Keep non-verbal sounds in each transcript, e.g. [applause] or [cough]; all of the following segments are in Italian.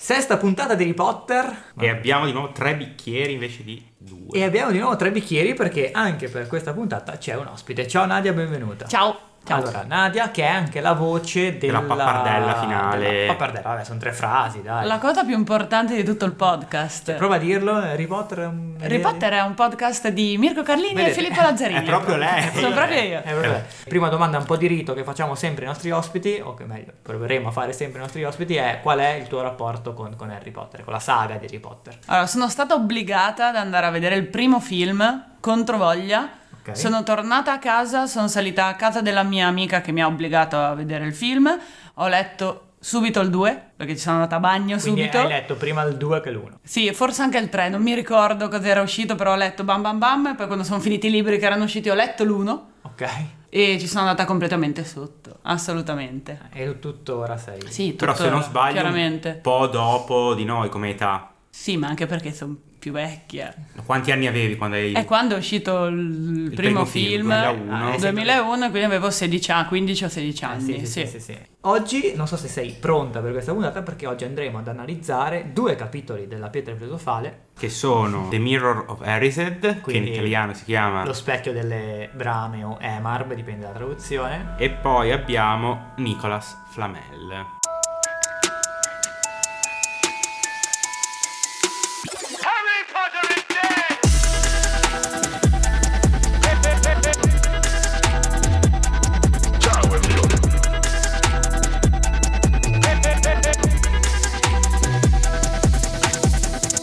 Sesta puntata di Harry Potter. E abbiamo di nuovo tre bicchieri invece di due. E abbiamo di nuovo tre bicchieri perché anche per questa puntata c'è un ospite. Ciao Nadia, benvenuta. Ciao. Ciao. Allora, Nadia, che è anche la voce della, Della pappardella finale. della pappardella, vabbè, sono tre frasi, dai. La cosa più importante di tutto il podcast. Prova a dirlo, Harry Potter mm, è un... Harry Potter è un podcast di Mirko Carlini e Vedete? Filippo Lazzarini. È proprio lei. Sono proprio io. Eh, vabbè. Prima domanda un po' di rito che facciamo sempre ai nostri ospiti, o che meglio, proveremo a fare sempre ai nostri ospiti, è qual è il tuo rapporto con, con Harry Potter, con la saga di Harry Potter? Allora, sono stata obbligata ad andare a vedere il primo film, Controvoglia. Ok. Sono tornata a casa, sono salita a casa della mia amica che mi ha obbligato a vedere il film. Ho letto subito il 2, perché ci sono andata a bagno Quindi subito. hai letto prima il 2 che l'1. Sì, forse anche il 3, non mi ricordo cosa era uscito, però ho letto Bam Bam Bam e poi quando sono finiti i libri che erano usciti ho letto l'1 Ok? e ci sono andata completamente sotto, assolutamente. E tu tuttora sei... Sì, tutto, Però se non sbaglio, chiaramente. un po' dopo di noi come età. Sì, ma anche perché sono più vecchia. Quanti anni avevi quando hai... È quando è uscito il, primo primo, film, film, 2001. Ah, eh, 2001, quindi avevo 16 anni, 15 o 16 Ah, anni. sì, sì, sì, sì, sì. Oggi non so se sei pronta per questa puntata perché oggi andremo ad analizzare due capitoli della pietra filosofale, Che sono The Mirror of Erised, che in Quindi- italiano si chiama... lo specchio delle brame o Emarb, dipende dalla traduzione. E poi abbiamo Nicolas Flamel. Harry Potter is dead!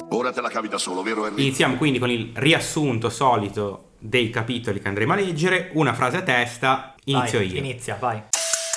Ora te la cavi da solo, vero Henry? Iniziamo quindi con il riassunto solito dei capitoli che andremo a leggere, una frase a testa, inizio Vai, io. Inizia, vai.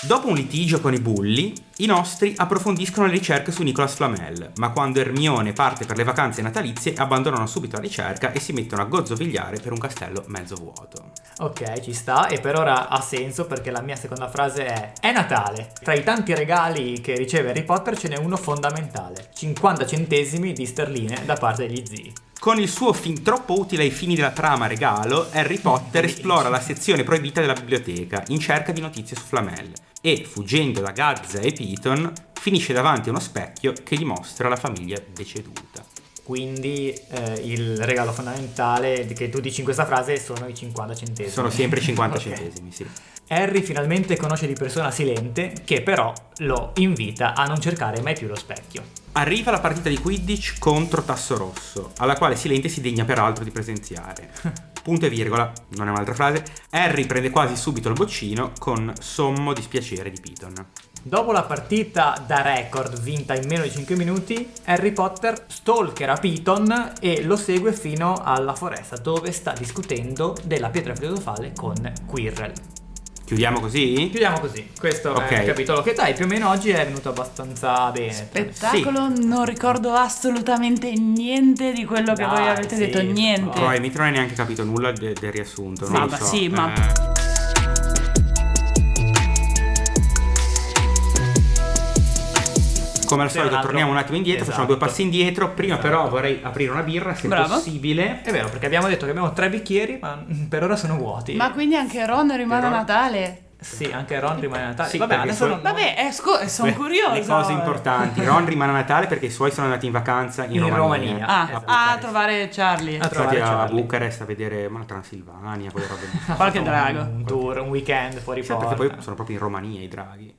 Dopo un litigio con i bulli, i nostri approfondiscono le ricerche su Nicolas Flamel, ma quando Ermione parte per le vacanze natalizie abbandonano subito la ricerca e si mettono a gozzovigliare per un castello mezzo vuoto. Ok, ci sta e per ora ha senso perché la mia seconda frase è È Natale! Tra i tanti regali che riceve Harry Potter ce n'è uno fondamentale, 50 centesimi di sterline da parte degli zii. Con il suo fin troppo utile ai fini della trama regalo, Harry Potter esplora la sezione proibita della biblioteca in cerca di notizie su Flamel e, fuggendo da Gazza e Piton, finisce davanti a uno specchio che gli mostra la famiglia deceduta. Quindi eh, il regalo fondamentale di- che tu dici in questa frase sono i 50 centesimi. Sono sempre [laughs] 50 Ok. centesimi, sì. Harry finalmente conosce di persona Silente che però lo invita a non cercare mai più lo specchio. Arriva la partita di Quidditch contro Tasso Rosso, alla quale Silente si degna peraltro di [laughs] presenziare. Punto e virgola, non è un'altra frase. Harry prende quasi subito il boccino con sommo dispiacere di Piton. Dopo la partita da record vinta in meno di 5 minuti, Harry Potter stalkera Piton e lo segue fino alla foresta dove sta discutendo della pietra filosofale con Quirrell. Chiudiamo così? Chiudiamo così, questo è Ok. il capitolo che dai, più o meno oggi è venuto abbastanza bene. Spettacolo, non ricordo assolutamente niente di quello che Dai, voi avete sì, detto, niente. vai. Probabilmente non hai neanche capito nulla de- del riassunto, Sì, non lo ma- so. sì, ma- Eh, Come al C'era un solito altro- torniamo un attimo indietro, facciamo due Esatto. passi indietro. Prima Esatto. però vorrei aprire una birra se Bravo. possibile. È vero, perché abbiamo detto che abbiamo tre bicchieri, ma mm, per ora sono vuoti. Ma quindi anche Ron rimane a Però- Natale. Sì, anche Ron rimane a Natale. Sì, Vabbè, perché adesso sono- non... Vabbè, eh, scu- sono Beh, curiosa. Le cose importanti. Ron rimane a Natale perché i suoi sono andati in vacanza in, In Romania. Romania. Ah, Esatto. a trovare Charlie. Ah, Sono andati trovare a Charlie. Bucarest a vedere ma, la Transilvania, quelle robe. [laughs] lì. Qualche drago. Un tour, un weekend fuori Sì, porta. perché poi sono proprio in Romania i draghi.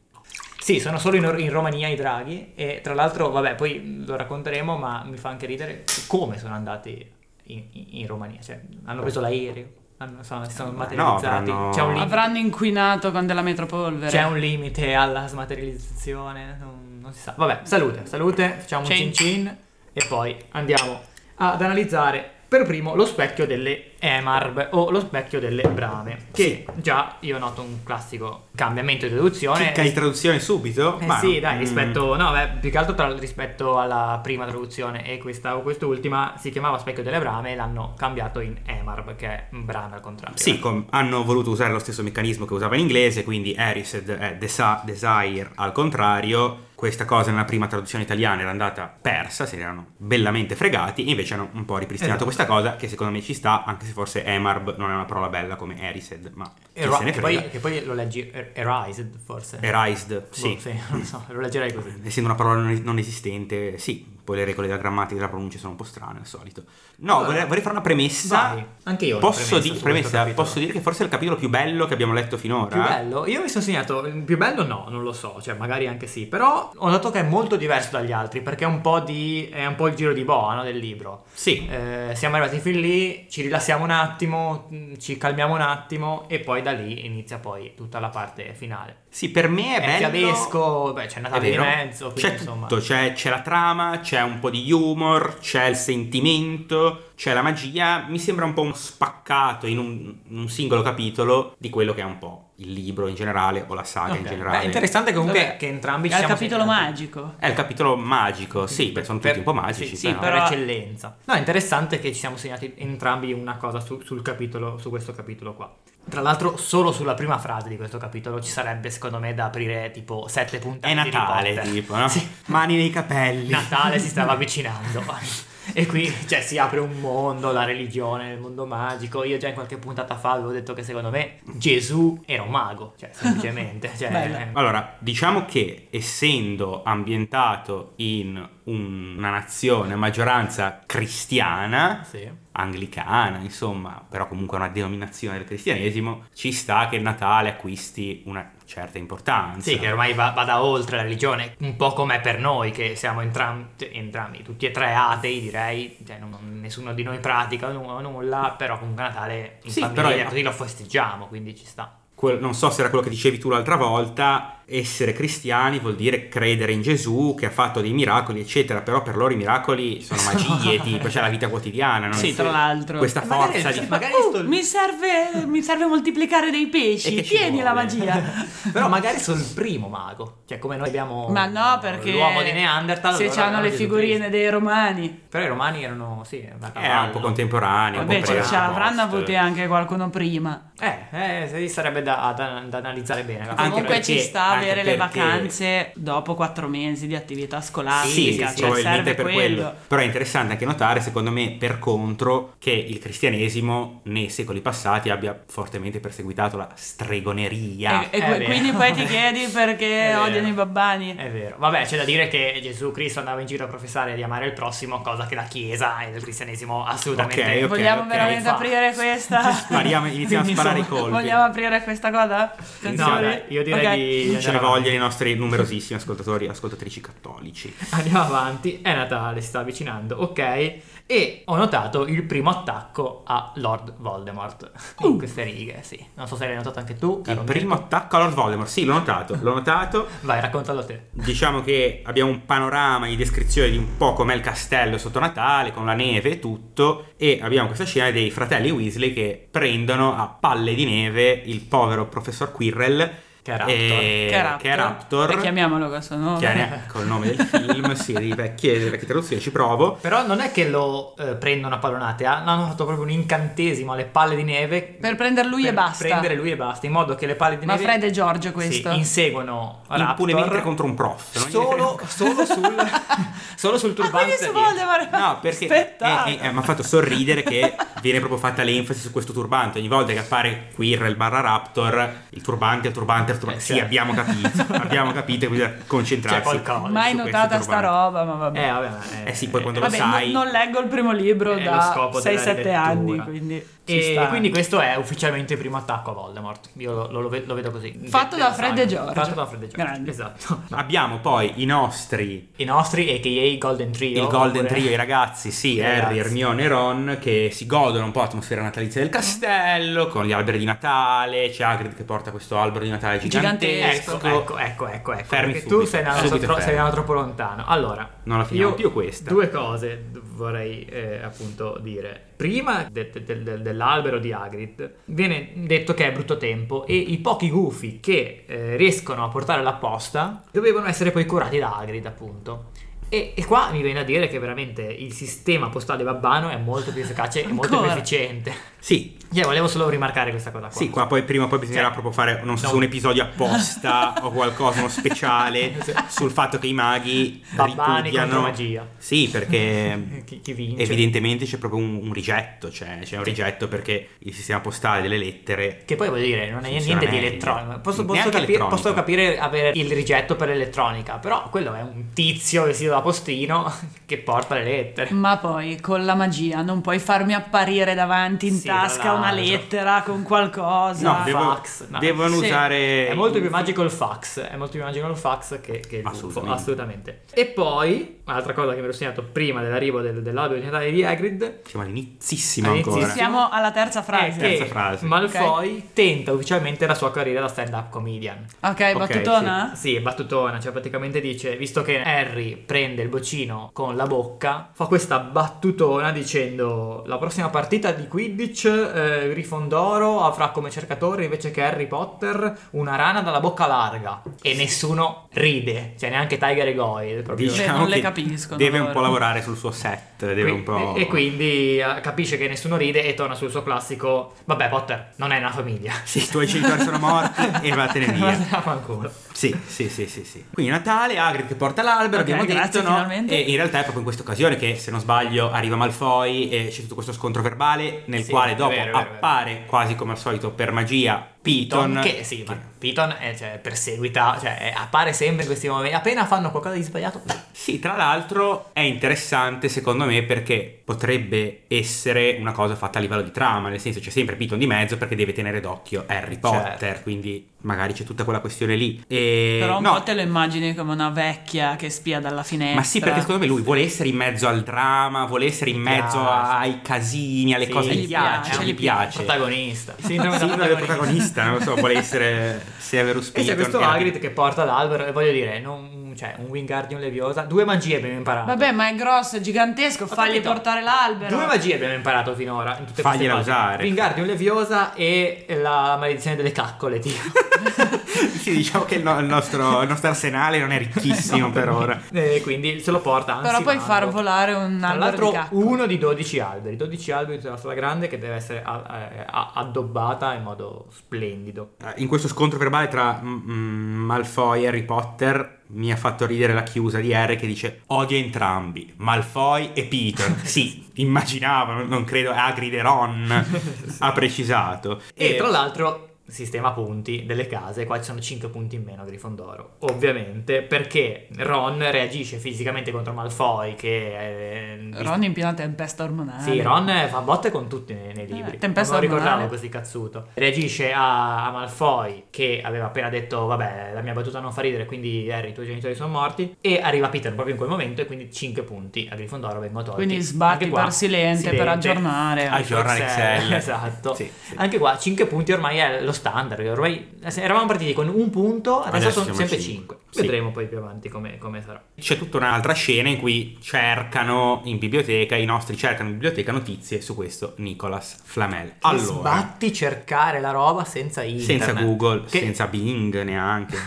Sì, sono solo in, in Romania i draghi e tra l'altro, vabbè, poi lo racconteremo, ma mi fa anche ridere come sono andati in, in- in Romania, cioè hanno preso l'aereo, hanno- sono- si Eh, sono materializzati, avranno- c'è, un lim- Avranno inquinato con della metropolvere. Cioè- c'è un limite alla smaterializzazione, non, non si sa. Vabbè, salute, salute, facciamo un cin Cin. cin e poi andiamo ad analizzare per primo lo specchio delle Emarb o lo specchio delle Brame, che già io noto un classico cambiamento di deduzione. Cicca di traduzione subito? Eh Ma sì, no. dai, Mm. rispetto, no, beh, più che altro tra- rispetto alla prima traduzione e questa o quest'ultima si chiamava Specchio delle Brame e l'hanno cambiato in Emarb, che è brame al contrario. Sì, com- hanno voluto eh, usare lo stesso meccanismo che usava in inglese, quindi Erised è desa- Desire al contrario, questa cosa nella prima traduzione italiana era andata persa, se ne erano bellamente fregati, e invece hanno un po' ripristinato Esatto. questa cosa che secondo me ci sta, anche se forse Emarb non è una parola bella come Erised, ma chi Era- se ne che, frega. poi, che poi lo leggi er- Erised forse. Erised, Boh, sì. non so, lo leggerei così. Essendo una parola non, non esistente, sì, poi le regole della grammatica e della pronuncia sono un po' strane al solito. No, Allora, vorrei, vorrei fare una premessa. vai, anche io ho una Posso, premessa di- su questo premessa, capitolo. posso dire che forse è il capitolo più bello che abbiamo letto finora. Più bello? Io mi sono segnato, il più bello no, non lo so, cioè magari anche sì, però ho notato che è molto diverso dagli altri perché è un po', di, è un po il giro di boa no, del libro. Sì. Eh, siamo arrivati fin lì, ci rilassiamo un attimo, mh, ci calmiamo un attimo e poi da lì inizia poi tutta la parte finale. Sì, per me è, È bello. fiabesco, beh, c'è Natale È di vero. mezzo, quindi c'è insomma. tutto, c'è, c'è la trama, c'è un po' di humor, c'è il sentimento, c'è la magia. Mi sembra un po' uno spaccato in un, in un singolo capitolo di quello che è un po' il libro in generale o la saga in Ok. generale. Beh, interessante comunque Vabbè, che entrambi È il siamo capitolo sempre- magico. È il capitolo magico, sì, beh, sono tutti Per- un po' magici, sì, sì, però. per però- eccellenza. No, è interessante che ci siamo segnati entrambi una cosa su, sul capitolo, su questo capitolo qua. Tra l'altro, solo sulla prima frase di questo capitolo ci sarebbe, secondo me, da aprire tipo sette puntate. È di Natale, Potter. tipo, no? Sì. Mani nei capelli. Natale si stava [laughs] avvicinando. E qui cioè, si apre un mondo, la religione, il mondo magico. Io già in qualche puntata fa avevo detto che secondo me Gesù era un mago, cioè semplicemente. Cioè, Bella. eh, Allora, diciamo che essendo ambientato in un- una nazione a maggioranza cristiana, sì. anglicana, insomma, però comunque una denominazione del cristianesimo, ci sta che il Natale acquisti una certa importanza. Sì, che ormai va, vada oltre la religione, un po' com'è per noi, che siamo entram- cioè, entrambi, tutti e tre atei, direi, cioè, non- nessuno di noi pratica nu- nulla, però comunque Natale in Sì, famiglia, però è- così lo festeggiamo, quindi ci sta. Quel- non so se era quello che dicevi tu l'altra volta, essere cristiani vuol dire credere in Gesù che ha fatto dei miracoli, eccetera, però per loro i miracoli sono [laughs] magie, tipo, cioè la vita quotidiana, non Sì, tra l'altro. questa E magari- forza sì, di... magari Oh, sto- mi, serve, mi serve moltiplicare dei E pesci. che ci Tieni la vuole? magia. [laughs] Però magari sono il primo mago, cioè come noi abbiamo Ma no, perché l'uomo di Neanderthal. Se loro c'hanno avevano le Gesù figurine Cristo. dei romani. Però i romani erano, sì, una Era Eh, un po' cavallo. contemporaneo, un Vabbè, cioè, po' prima, ce, ce l'avranno post. avute anche qualcuno prima. Eh, eh, sì, sarebbe da, da- da analizzare bene. la Anche Comunque perché- ci sta anche avere le perché- vacanze dopo quattro mesi di attività Sì, scolastica. cioè probabilmente serve per quello. quello. Però è interessante anche notare, secondo me, per contro, che il cristianesimo nei secoli passati abbia fortemente perseguitato la stregoneria. E, e È que- vero. quindi [laughs] poi ti chiedi perché È vero. odiano i babbani. È vero. Vabbè, c'è da dire che Gesù Cristo andava in giro a professare di amare il prossimo, cosa che la Chiesa e il cristianesimo assolutamente Ok, ok. Vogliamo veramente fa. aprire questa? [laughs] Spariamo- iniziamo a Quindi, sparare i insomma, colpi. Vogliamo aprire questa cosa? No, dai, io direi Ok. di Ce andare ne avanti. vogliono i nostri numerosissimi ascoltatori e ascoltatrici cattolici. Andiamo avanti, è Natale, si sta avvicinando, ok? E ho notato il primo attacco a Lord Voldemort in queste righe, sì. Non so se l'hai notato anche tu. Uh. Il caro primo attacco a Lord Voldemort, sì, l'ho notato, l'ho notato. Mirko. Vai, raccontalo te. Diciamo che abbiamo un panorama di descrizione di un po' com'è il castello sotto Natale, con la neve e tutto, e abbiamo questa scena dei fratelli Weasley che prendono a palle di neve il povero professor Quirrell, Che è Raptor. eh, che è Raptor, che è Raptor, E chiamiamolo col suo nome. Ah, che è- col nome [laughs] del film, sì, di vecchie, di vecchie traduzioni, ci provo. Però non è che lo eh, prendono a pallonate, hanno fatto proprio un incantesimo alle palle di neve. Per prender lui per e basta. prendere lui e basta, in modo che le palle di Ma neve... Fred e George questo. Sì, inseguono Impunemente Raptor [laughs] contro un prof. non gli frega- solo, solo [laughs] sul solo sul Ah, quindi turbante su dietro. Voldemort. No, perché Aspetta. eh, eh, eh, mi ha fatto sorridere che viene proprio fatta l'enfasi su questo turbante. Ogni volta che appare Quirrell barra Raptor, il turbante, il turbante, il turbante. Eh, Sì, certo. [laughs] abbiamo capito, abbiamo capito, quindi bisogna concentrarsi. C'è qualcosa. Mai su questo notata sta turbante. roba, ma vabbè. eh vabbè ma, Eh sì, poi quando Vabbè, lo sai. Eh, non, non leggo il primo libro è lo da scopo della 6-7 anni, lettura. quindi ci e sta. quindi questo è ufficialmente il primo attacco a Voldemort io lo, lo- lo ve- lo vedo così Fatto Della da Fred saga. e George. fatto da Fred e George Grande. esatto Abbiamo poi i nostri, i nostri a.k.a. Golden Trio il Golden oppure- Trio, i ragazzi, sì, I Harry, ragazzi. Hermione e Ron, che si godono un po' l'atmosfera natalizia del castello, con gli alberi di Natale, c'è Hagrid che porta questo albero di Natale gigantesco. Ecco, ecco, ecco, ecco, ecco. Eh, Fermi perché tu subito, sei andato, subito tro- sei fermi. andato troppo lontano. Allora, Non la finiamo io più questa. Due cose vorrei eh, appunto dire. Prima de- de- de- de- dell'albero di Hagrid viene detto che è brutto tempo e i pochi gufi che eh, riescono a portare la posta dovevano essere poi curati da Hagrid, appunto. E, e qua mi viene a dire che veramente il sistema postale babbano è molto più efficace e molto più Ancora? efficiente. Sì, Io volevo solo rimarcare questa cosa qua. Sì, qua poi prima o poi Cioè, bisognerà proprio fare, non so, se no. un [laughs] episodio apposta o qualcosa, uno speciale sul fatto che i maghi Babbani ripudiano. contro magia. Sì, [laughs] perché Chi- chi vince? evidentemente c'è proprio un, un rigetto, cioè c'è un rigetto perché il sistema postale delle lettere Che poi voglio dire, non è Funziona niente di meglio. elettronico. Posso, posso Neanche capire, elettronico. posso capire avere il rigetto per l'elettronica, però quello è un tizio vestito da postino [laughs] che porta le lettere. Ma poi con la magia non puoi farmi apparire davanti in Sì, tra tasca una l'altro. lettera con qualcosa. No, devo- fax, no. devono Sì. usare. È molto più magico il fax, è molto più magico il fax che, che il buffo, Assolutamente. assolutamente. E poi, un'altra cosa che mi ero segnato prima dell'arrivo del, dell'albero di Natale di Hagrid, Siamo all'inizissimo All'inizissimo. ancora. Siamo alla terza è frase. che Terza frase. Malfoy tenta ufficialmente la sua carriera da stand-up comedian. Ok, Ok, battutona? Sì, è battutona, cioè praticamente dice, visto che Harry prende il boccino con la bocca, fa questa battutona dicendo la prossima partita di Quidditch eh, Grifondoro avrà come cercatore invece che Harry Potter una rana dalla bocca larga e nessuno ride, cioè neanche Tiger e Goyle proprio. Beh, non le capiscono Diciamo Deve un loro. po' lavorare sul suo set. Deve Qui- un po'. E quindi eh, capisce che nessuno ride e torna sul suo classico vabbè Potter non è una famiglia. Sì, i [laughs] tuoi genitori sono morti e vattene via. Vaffanculo. Sì, sì, sì, sì, sì. Quindi Natale, Hagrid che porta l'albero, Ok, abbiamo grazie, detto, no? finalmente. E in realtà è proprio in questa occasione che, se non sbaglio, arriva Malfoy e c'è tutto questo scontro verbale nel Sì, quale è dopo vero, è vero, è vero. appare quasi come al solito per magia Piton. Piton, che sì, ma Piton è, cioè, perseguita, cioè, è- appare sempre in questi momenti. Appena fanno qualcosa di sbagliato, Sì, tra l'altro è interessante secondo me perché potrebbe essere una cosa fatta a livello di trama, nel senso c'è sempre Piton di mezzo perché deve tenere d'occhio Harry Potter, Certo. quindi magari c'è tutta quella questione lì. E... Però un no, po' te lo immagini come una vecchia che spia dalla finestra. Ma sì, perché secondo me lui vuole essere in mezzo al dramma, vuole essere in piace. mezzo ai casini, alle Sì, cose gli gli eh, piace, piace, gli gli piace. protagonista. Sindrome Sì, da non è il protagonista. protagonista, non lo so, vuole essere Severus E Piton. c'è questo e la- Hagrid che porta l'albero e voglio dire, non, cioè, un Wingardium Leviosa, due magie abbiamo imparato. Vabbè, ma è grosso, è gigantesco, Ho fagli capito. portare l'albero. Due magie abbiamo imparato finora in tutte Fagliela queste pagine. usare. Wingardium Leviosa e la maledizione delle caccole, tipo. [laughs] Sì, diciamo che il, no- il nostro, il nostro arsenale non è [laughs] ricchissimo per ora. E Eh, quindi se lo porta anzi, Però puoi far Mago. volare un Tra albero di l'altro cacca. uno di 12 alberi, 12 alberi della strada grande che deve essere a- eh, a- addobbata in modo splendido. In questo scontro verbale tra mm, mm, Malfoy e Harry Potter mi ha fatto ridere la chiusa di Harry che dice odio entrambi, Malfoy e [laughs] Peter. sì, immaginavo, non credo Hagrid [laughs] e Ron ha precisato. E tra l'altro sistema punti delle case, qua ci sono 5 punti in meno a Grifondoro, ovviamente perché Ron reagisce fisicamente contro Malfoy che... eh, Ron in piena tempesta ormonale. Sì, Ron fa botte con tutti nei, nei libri. Ah, Eh, tempesta non ricordavo ormonale. così cazzuto. Reagisce a, a Malfoy che aveva appena detto vabbè la mia battuta non fa ridere quindi Harry i tuoi genitori sono morti e arriva Peter proprio in quel momento e quindi 5 punti a Grifondoro vengono tolti. Quindi sbatti Anche qua, per silente, per aggiornare. Ah, Aggiornare Excel. [laughs] Esatto. Sì, sì. Anche qua 5 punti ormai è lo standard. Ormai se eravamo partiti con un punto, adesso, Adesso sono siamo sempre a 5. cinque. Sì. Vedremo poi più avanti come, come sarà. C'è tutta un'altra scena in cui cercano in biblioteca, i nostri cercano in biblioteca notizie su questo Nicolas Flamel. Allora, Sbatti cercare la roba senza internet. senza Google, Che- senza Bing [laughs] neanche.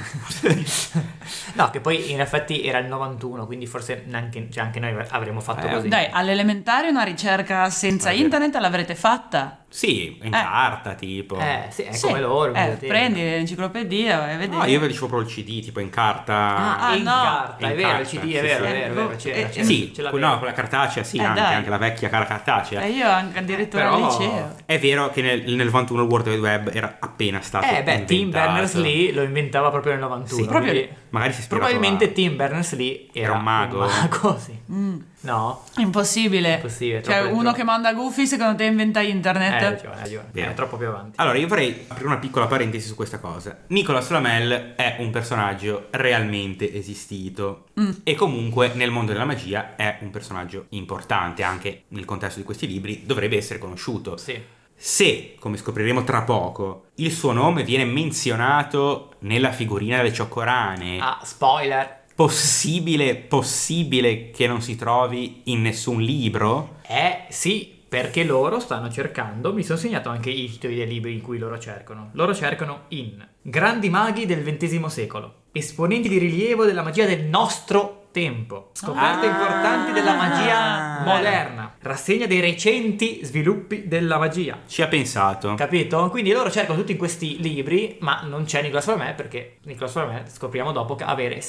No, che poi in effetti era il 91, quindi forse neanche, cioè anche noi avremmo fatto Eh, così. Dai, all'elementare una ricerca senza Ah, è vero. internet l'avrete fatta. sì, in carta tipo. Eh, sì, è Sì. come loro. Eh, vedete. prendi l'enciclopedia vai a vedere. No, io ve dicevo proprio il CD, tipo in carta. Ah, ah, in no. carta, è In vero, il carta, CD, è sì, vero, sì. è vero, è vero, Eh, c'era, eh, c'era, Sì, ce l'avevo. quella, no, quella cartacea, sì, Eh, anche, dai. anche la vecchia cara cartacea. Eh, E io anche addirittura Però- al liceo. È vero che nel, nel 91 il World Wide Web era appena stato Eh beh, Tim inventato. Berners-Lee lo inventava proprio nel 91. Sì, quindi proprio lì. Magari si è ispirato Probabilmente a- Tim Berners-Lee era, Era un mago. mago, [laughs] sì. Mm. No? Impossibile. Impossibile, Cioè, troppo- uno troppo. che manda Goofy, secondo te inventa Eh, hai internet? ragione, hai ragione. Vero. È troppo più avanti. Allora, io vorrei aprire una piccola parentesi su questa cosa. Nicolas Flamel è un personaggio realmente esistito e comunque nel mondo della magia è un personaggio importante, anche nel contesto di questi libri dovrebbe essere Ah, conosciuto. Sì. Se, come scopriremo tra poco, il suo nome viene menzionato nella figurina delle cioccorane, Ah, spoiler. possibile, possibile che non si trovi in nessun libro? Eh, sì. Perché loro stanno cercando, mi sono segnato anche i titoli dei libri in cui loro cercano. Loro cercano in Grandi maghi del XX secolo, esponenti di rilievo della magia del nostro tempo, scoperte Ah. importanti della magia moderna, Rassegna dei recenti sviluppi della magia. Ci ha pensato. Capito? Quindi loro cercano tutti in questi libri, ma non c'è Nicolas Flamel perché Nicolas Flamel scopriamo dopo che avere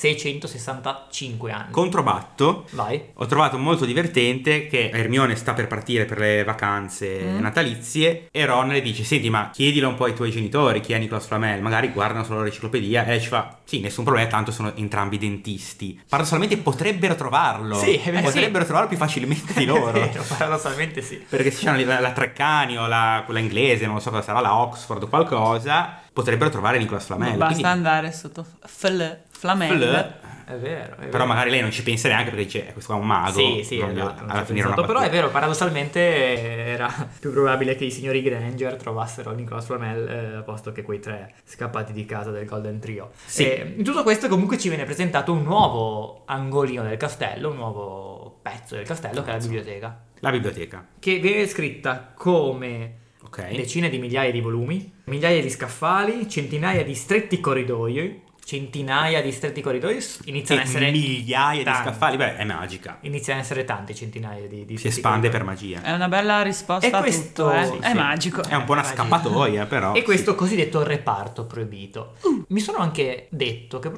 665 anni. Controbatto. Vai. Ho trovato molto divertente che Hermione sta per partire per le vacanze Mm. natalizie e Ron le dice senti ma chiedilo un po' ai tuoi genitori chi è Nicolas Flamel magari guardano solo l'enciclopedia e lei ci fa sì nessun problema tanto sono entrambi dentisti paradossalmente potrebbero trovarlo Sì, è vero. potrebbero trovarlo più facilmente [laughs] di È loro vero, paradossalmente sì. perché se c'è la, la Treccani o la, quella inglese non so cosa sarà la Oxford o qualcosa potrebbero trovare Nicolas Flamel Basta quindi- andare sotto fl, flamel. Fl- È vero. È però vero. magari lei non ci pensa neanche perché dice "Eh, questo qua è un mago Sì, sì, esatto, non gli- non ci ho alla fine era una pensato. però battuta. è vero, paradossalmente eh, era [laughs] più probabile che i signori Granger trovassero Nicolas Flamel eh, a posto che quei tre scappati di casa del Golden Trio. Sì. E in tutto questo comunque ci viene presentato un nuovo angolino del castello, un nuovo pezzo del castello che è la biblioteca, la biblioteca che viene scritta come ok decine di migliaia di volumi, migliaia di scaffali, centinaia di stretti corridoi, centinaia di stretti corridoi, s- iniziano a E essere migliaia tanti. di scaffali, beh, è magica. Iniziano a essere tante centinaia di, di Si stretti espande corridoi. per magia. È una bella risposta E a questo- tutto, eh. sì, è sì. magico. È un po' una scappatoia, però. E questo cosiddetto reparto proibito. Mi sono anche detto che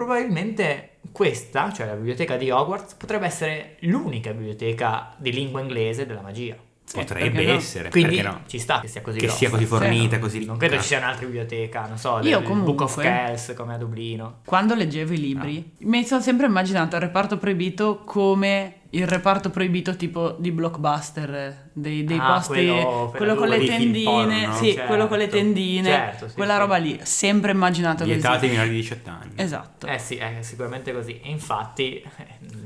probabilmente questa, cioè la biblioteca di Hogwarts, potrebbe essere l'unica biblioteca di lingua inglese della magia. Sì, Sì, potrebbe perché no? essere, Quindi Eh, perché no? ci sta che sia così Che grossa. sia così fornita, Sì, così ricca. Non credo ci sia un'altra biblioteca, non so, Io del Book of comunque- Kells come a Dublino. Quando leggevo i libri, Ah. mi sono sempre immaginato il reparto proibito come il reparto proibito tipo di blockbuster, eh, dei, dei Ah, posti, quello quello, per con le adulti, dei film tendine, porno, sì, certo. quello con le tendine, Certo, sì, quella sì. roba lì, sempre immaginato Vietati ai così. minori di 18 anni. Esatto. Eh sì, è sicuramente così. E infatti eh,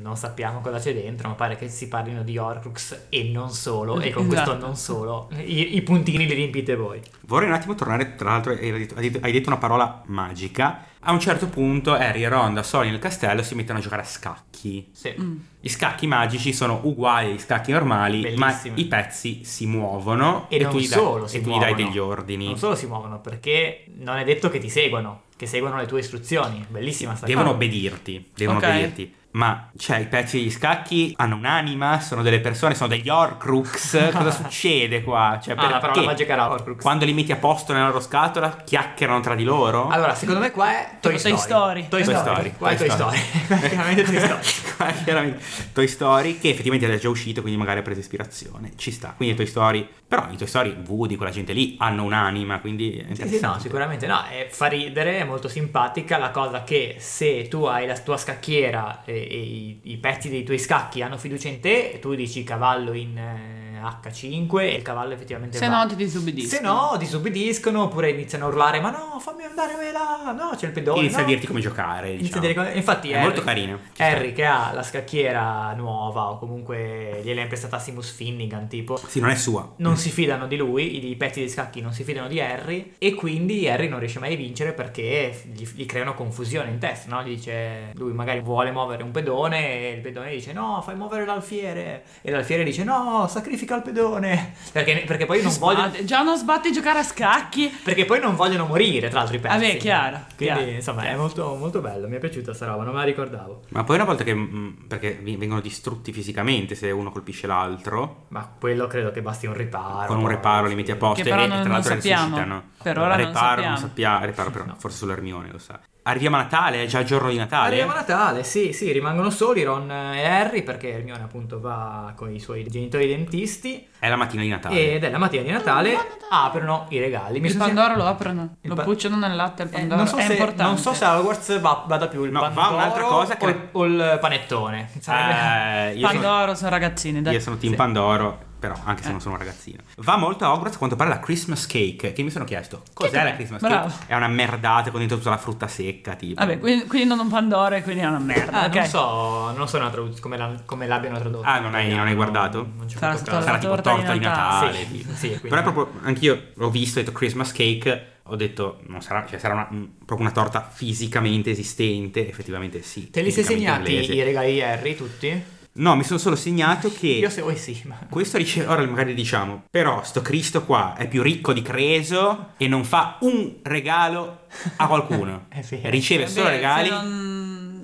non sappiamo cosa c'è dentro, ma pare che si parlino di Horcrux e non solo. E con questo Esatto. non solo, i, i puntini li riempite voi. Vorrei un attimo tornare, tra l'altro hai detto, hai detto- hai detto una parola magica. A un certo punto Harry e Ronda, Sony nel castello si mettono a giocare a scacchi. Sì. Mm. Gli scacchi magici sono uguali agli scacchi normali, Bellissimi. ma i pezzi si muovono E, non tu, gli dai- solo si e tu gli muovono. dai degli ordini. Non solo si muovono, perché non è detto che ti seguono, che seguono le tue istruzioni. Bellissima sta Devono cosa. obbedirti, devono Ok. obbedirti. Ma cioè, i pezzi degli scacchi hanno un'anima, sono delle persone, sono [laughs] degli Horcrux. Cosa succede qua? Cioè, Ah, la parola perché? magica era Horcrux. Quando li metti a posto nella loro scatola, chiacchierano tra di loro. [laughs] Allora, secondo me qua è Toy Tipo Story. Toy Story. Toy Toy Story. Story. Qua è Toy Toy Story. [laughs] Praticamente Toy Story. Qua chiaramente Toy Story, che effettivamente era già uscito, quindi magari ha preso ispirazione. Ci sta. Quindi Toy Story. Però i Toy Story, Woody, quella gente lì, hanno un'anima. Quindi è Sì, sì, no, interessante. sicuramente no, eh, fa ridere, è molto simpatica la cosa che se tu hai la tua scacchiera e, e i, i pezzi dei tuoi scacchi hanno fiducia in te, tu dici cavallo in eh, H5 e il cavallo effettivamente Se eh, va. no ti disubbidisco. Se no, disubbidiscono oppure iniziano a urlare: Ma no, fammi andare là! No, c'è il pedone. Inizia no." a dirti come giocare. Inizia a Diciamo. dire come- Infatti, È Harry- molto carino, ci Harry, che ha la scacchiera nuova, o comunque gliel'ha imprestata Simus Finnigan, tipo. Sì, non è sua. Mm. Non si fidano di lui, i pezzi di scacchi non si fidano di Harry e quindi Harry non riesce mai a vincere perché gli, gli creano confusione in testa, no? Gli dice, lui magari vuole muovere un pedone e il pedone dice no, fai muovere l'alfiere e l'alfiere dice no, sacrifica il pedone perché, perché poi non vogliono... Sbatti- Già non sbatti giocare a scacchi. Perché poi non vogliono morire, tra l'altro, i pezzi. Vabbè, chiaro, Quindi, chiaro. insomma, è molto, molto bello. Mi è piaciuta sta roba, non me la ricordavo. Ma poi una volta che... mh, perché vi- vengono distrutti fisicamente se uno colpisce l'altro, Ma quello credo che basti un riparo. con un poi, reparo sì. li metti a posto Ah, Che però e non- tra non l'altro sappiamo. resuscitano. Per ora non reparo, sappiamo. non sappiamo. Reparo però, forse sull'Ermione lo sa. Arriviamo a Natale, è già il giorno di Natale. Arriva Natale, sì, sì, rimangono soli Ron e Harry perché Hermione appunto va con i suoi genitori dentisti È la mattina di Natale. Eh, ed è la mattina di Natale, Buon Natale. aprono i regali. Mi Il sono- Pandoro lo aprono, Il lo pa- pucciano nel latte il Eh, Pandoro. non, so è se, importante. non so se Hogwarts va- vada più il No, va Pandoro un'altra cosa che- o, il- o il panettone. Sarebbe- Eh, io, sono, Pandoro sono ragazzini, dai. io sono Team Sì. Pandoro, però anche se Eh. non sono un ragazzino. Va molto a Hogwarts a quanto pare la Christmas cake, che mi sono chiesto cos'è la Christmas Bravo. cake? È una merdata con dentro tutta la frutta secca, tipo. Vabbè, quindi, quindi non un Pandoro e quindi è una merda. [laughs] Ah, ok. Non so, non so una tradu- come, la- come l'abbiano tradotto. Ah, non hai- non hai guardato? Non ci ho Sarà fatto stata caso. Sarà tipo torta di torta di Natale. Natale. Sì, tipo. sì, quindi- Però è proprio anch'io l'ho visto, ho detto Christmas cake, ho detto non sarà, cioè sarà una- mm, proprio una torta fisicamente esistente, effettivamente sì. Te li sei fisicamente segnati inglese. i regali di Harry tutti? No, mi sono solo segnato che Io se vuoi sì, ma... questo dice, ora magari diciamo, però sto Cristo qua è più ricco di Creso e non fa un regalo a qualcuno. [laughs] È vero. Riceve Vabbè, solo se regali. non-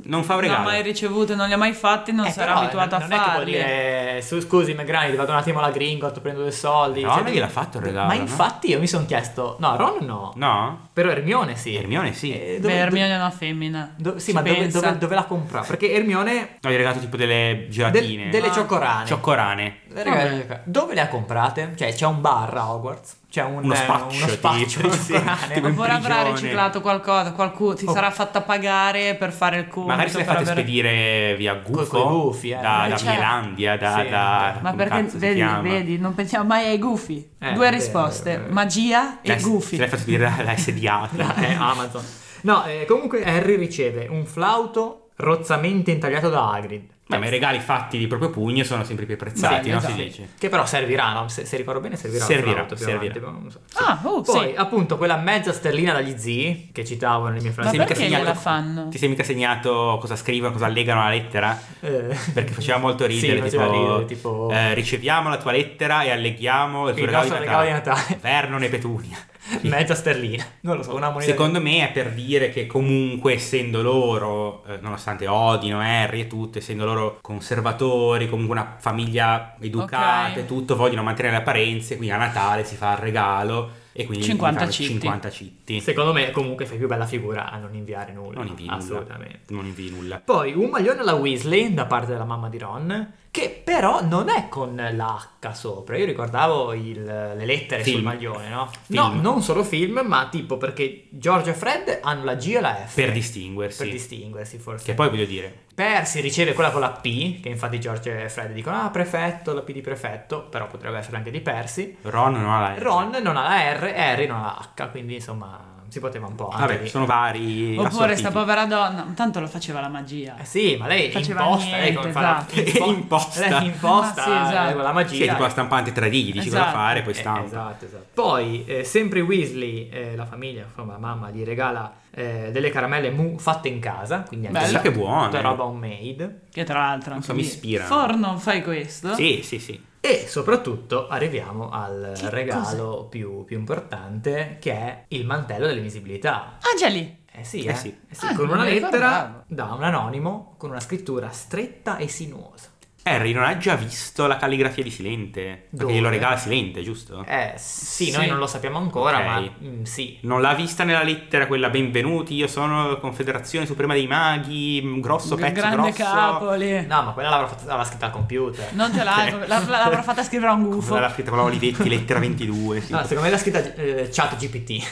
non fa un Non ha regalo. mai ricevuto, non li ha mai fatti, non Eh, sarà però, abituato non a è che può farli. dire "Su- scusi McGrani vado un attimo alla Gringot prendo due soldi cioè, No, non gliel'ha fatto il regalo, ma no? infatti io mi sono chiesto no Ron no, No? però Hermione sì Hermione sì. Eh, Beh, Hermione è una femmina. do- sì ci ma dove, pensa. dove, dove la compra perché Hermione No, gli ha regalato tipo delle del- gelatine. delle Ah. cioccorane Cioccorane. Le regalo- dove le ha comprate? cioè c'è un bar a Hogwarts c'è un, Uno eh, spaccio, uno spaccio tipo, di [laughs] sì, cioccorane. tipo in Oppure avrà prigione. riciclato qualcosa, qualcuno ti Oh. sarà fatta pagare per fare il conto. Magari se le per fate aver- spedire via Gufo. coi gufi, eh. Da, Eh, da cioè- Mielandia, da... Sì, eh. da- Ah, come Ma perché cazzo si vedi, chiama? vedi, non pensiamo mai ai gufi. Eh, Due vero, risposte, vero, vero. magia La- e gufi. Se l'hai fatto spedire da, da [laughs] sediata. Da- eh, Amazon. No, eh, comunque Harry riceve un flauto rozzamente intagliato da Hagrid. eh. Beh, ma i regali fatti di proprio pugno sono sempre più apprezzati, Sì, no? esatto. Si dice. Che però servirà, no? se, se ricordo bene, servirà. il Servirà, flauto più servirà. avanti, ma non so. Ah, oh, Poi, sì. appunto, quella mezza sterlina dagli zii che citavo nelle mie Ma frasi. Ti sei mica perché segnato- gliela fanno? Ti sei mica segnato cosa scrivono, cosa allegano alla lettera? Eh. Perché faceva molto ridere, Sì, faceva tipo, ridere, tipo- eh, riceviamo la tua lettera e alleghiamo il tuo Il regalo di, nostro regalo Natale. di Natale. Vernon e Petunia. Mezza sterlina. Non lo so, una moneta. Secondo me è per dire che comunque essendo loro, eh, nonostante odino Harry e tutto, essendo loro conservatori, comunque una famiglia educata Ok. e tutto, vogliono mantenere le apparenze, quindi a Natale si fa il regalo e quindi 50 fanno citti. 50 citti. Secondo me, comunque, fai più bella figura a non inviare nulla. Non invi nulla. Assolutamente. Non invi nulla. Poi un maglione alla Weasley da parte della mamma di Ron, che però non è con l'H sopra. Io ricordavo il- le lettere Film. sul maglione, no? Film. No, non solo film, ma tipo perché Giorgio e Fred hanno la G e la F. Per Per distinguersi. distinguersi, forse. che poi voglio dire, Percy riceve quella con la P, che infatti Giorgio e Fred dicono, ah, prefetto, la P di prefetto, però potrebbe essere anche di Percy. Ron non ha la R. Ron non ha la R, Harry non ha la H, quindi insomma si poteva un po'... anche Vabbè, lì. sono vari. Oppure assortiti. sta povera donna, tanto lo faceva la magia. Eh sì, ma lei Faceva imposta, lei niente, come fa? [laughs] esatto. Impo- Imposta. Lei imposta Ah, sì, esatto. eh, con la magia. Sì, è tipo la stampante 3D, gli dici cosa Esatto. fare, poi Eh, stampa. esatto, esatto. Poi, eh, sempre Weasley, eh, la famiglia, insomma, la mamma gli regala eh, delle caramelle mu fatte in casa, quindi anche Bello. lì Chissà che buone. tutta roba homemade. Che tra l'altro anche so, mi lì, ispira. Forno, fai questo? Sì, sì, sì. E soprattutto arriviamo al Che regalo più, più importante che è il mantello dell'invisibilità. Ah, già lì. Eh sì, Eh eh. sì. Eh sì, Ah, con non una mi lettera ricordavo. da un anonimo con una scrittura stretta e sinuosa. Harry non ha già visto la calligrafia di Silente? Perché Dove? glielo regala Silente, giusto? Eh sì, noi Sì. non lo sappiamo ancora, Ok. ma mm, sì. Non l'ha vista nella lettera quella benvenuti, io sono Confederazione Suprema dei Maghi, un grosso G- pezzo grande grosso. capoli. No, ma quella l'avrà, fatta- l'avrà scritta al computer. Non te l'ha, la- la- l'avrà fatta scrivere a un Ah. Come gufo. L'ha scritta con la Olivetti, lettera 22. [laughs] sì. No, secondo me l'ha scritta eh, chat [laughs] GPT.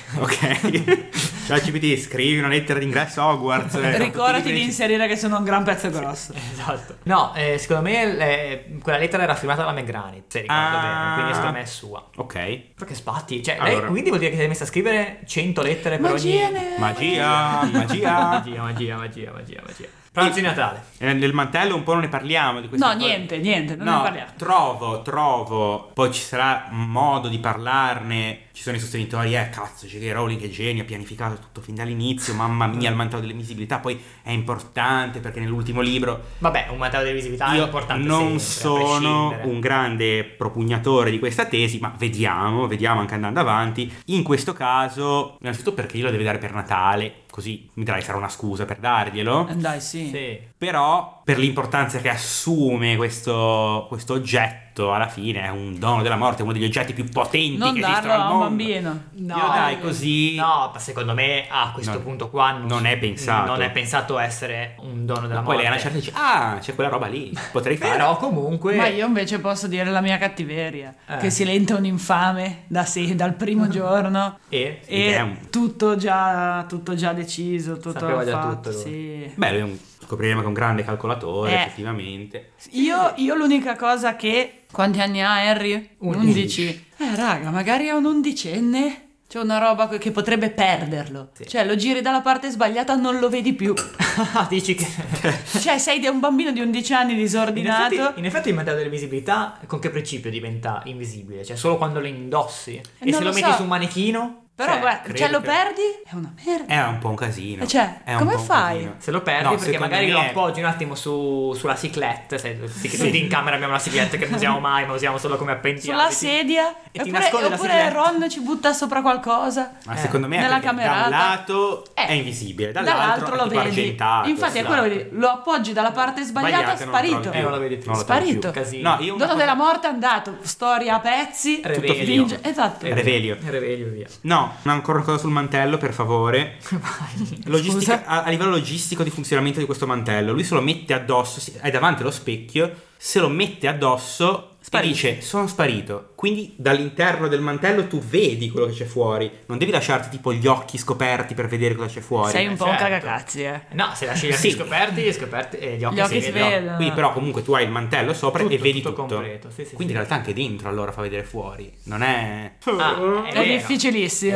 Ok. Ciao CPT, scrivi una lettera d'ingresso a Hogwarts. eh, [laughs] Ricordati tutti i Eh, di greci. inserire che sono un gran pezzo grosso. esatto. No, eh, secondo me eh, quella lettera era firmata da Megrani, se ricordo Ah. bene, quindi secondo me è sua. Ok. Perché spatti? Cioè, lei Allora. quindi vuol dire che si è messa a scrivere 100 lettere per Magia, ogni... ne- Magia, [laughs] magia. Magia, magia, magia, magia, magia. Pranzo di Natale. Eh, Del mantello un po' non ne parliamo di queste No, cose. niente, niente, non no, ne parliamo. trovo, trovo, poi ci sarà un modo di parlarne, ci sono i sostenitori, eh cazzo, J.K. Rowling che genio, ha pianificato tutto fin dall'inizio, mamma mia, il mantello delle visibilità, poi è importante perché nell'ultimo libro Vabbè, un mantello di visibilità è io importante sempre, a non sono prescindere. un grande propugnatore di questa tesi, ma vediamo, vediamo anche andando avanti. In questo caso, innanzitutto perché io lo deve dare per Natale, così mi dai, sarà una scusa per darglielo. Eh, Dai, sì. Sì. Però per l'importanza che assume questo, questo oggetto, alla fine è un dono della morte, uno degli oggetti più potenti Non che darlo esistono al a un mondo. bambino. eh, No, eh, Io dai così... No, ma secondo me a questo Non- punto qua non, non è pensato. Non è pensato essere un dono della Ma poi lei a una morte. certa dice, ah, c'è quella roba lì, potrei fare. Però comunque Ma [laughs] io invece posso dire la mia cattiveria, Eh. che Silente è un infame da sé, dal [laughs] primo giorno. E? Ed è E un- tutto già, tutto già deciso, tutto Sapeva già tutto fatto, lui. sì. Beh, lui è un- scopriremo che è un grande calcolatore, Eh. effettivamente. Io, io l'unica cosa che... Quanti anni ha Harry? Undici. 11. Eh raga, magari è un undicenne. C'è una roba che potrebbe perderlo. Sì. Cioè, lo giri dalla parte sbagliata, non lo [laughs] vedi più. dici [laughs] che cioè, sei di un bambino di 11 anni in disordinato. effetti, in effetti il mantello dell'invisibilità con che principio diventa invisibile? Cioè solo quando lo indossi? E non se lo, lo metti so. su un manichino? Però Cioè, guarda, credo ce lo che- perdi? È una merda. È un po' un casino. E cioè, È un come po' un fai? casino. Se lo perdi No, perché secondo magari me lo è- appoggi un attimo su, sulla ciclette, sai, sì, che tutti in camera abbiamo una ciclette che non usiamo mai, ma usiamo solo come appendiabiti. Sulla sedia? E ti oppure nascondi la oppure silletta. Ron ci butta sopra qualcosa? Ma Eh, secondo me è nella perché da camerata. un lato Eh, è invisibile, dall'altro, Dall'altro è lo tipo vedi. argentato. Infatti è esatto. quello che lo appoggi dalla parte sbagliata, Sbagliato, non lo trovi Eh, non la sparito. vedi più. Non la trovi Sparito. più. Casino. No, io una Dono cosa- della morte è andato, storia a pezzi, Revelio. vinge- Esatto. Eh, Revelio. Revelio, via. No, una- ancora una cosa sul mantello, per favore. Logistica- Scusa. a, a livello logistico di funzionamento di questo mantello, lui se lo mette addosso, si- è davanti allo specchio, se lo mette addosso Sparisce. e dice sono sparito. Quindi dall'interno del mantello tu vedi quello che c'è fuori, non devi lasciarti tipo gli occhi scoperti per vedere cosa c'è fuori. Sei un po' un certo. cagacazzi, eh. No, se lasci gli occhi Sì. scoperti, gli scoperti e gli occhi, Gli occhi si vedono. vedono. Qui però comunque tu hai il mantello sopra Tutto, e vedi tutto tutto. completo, sì, sì, sì. Quindi in realtà anche dentro allora fa vedere fuori. Non è... [laughs] Ah, È vero. difficilissima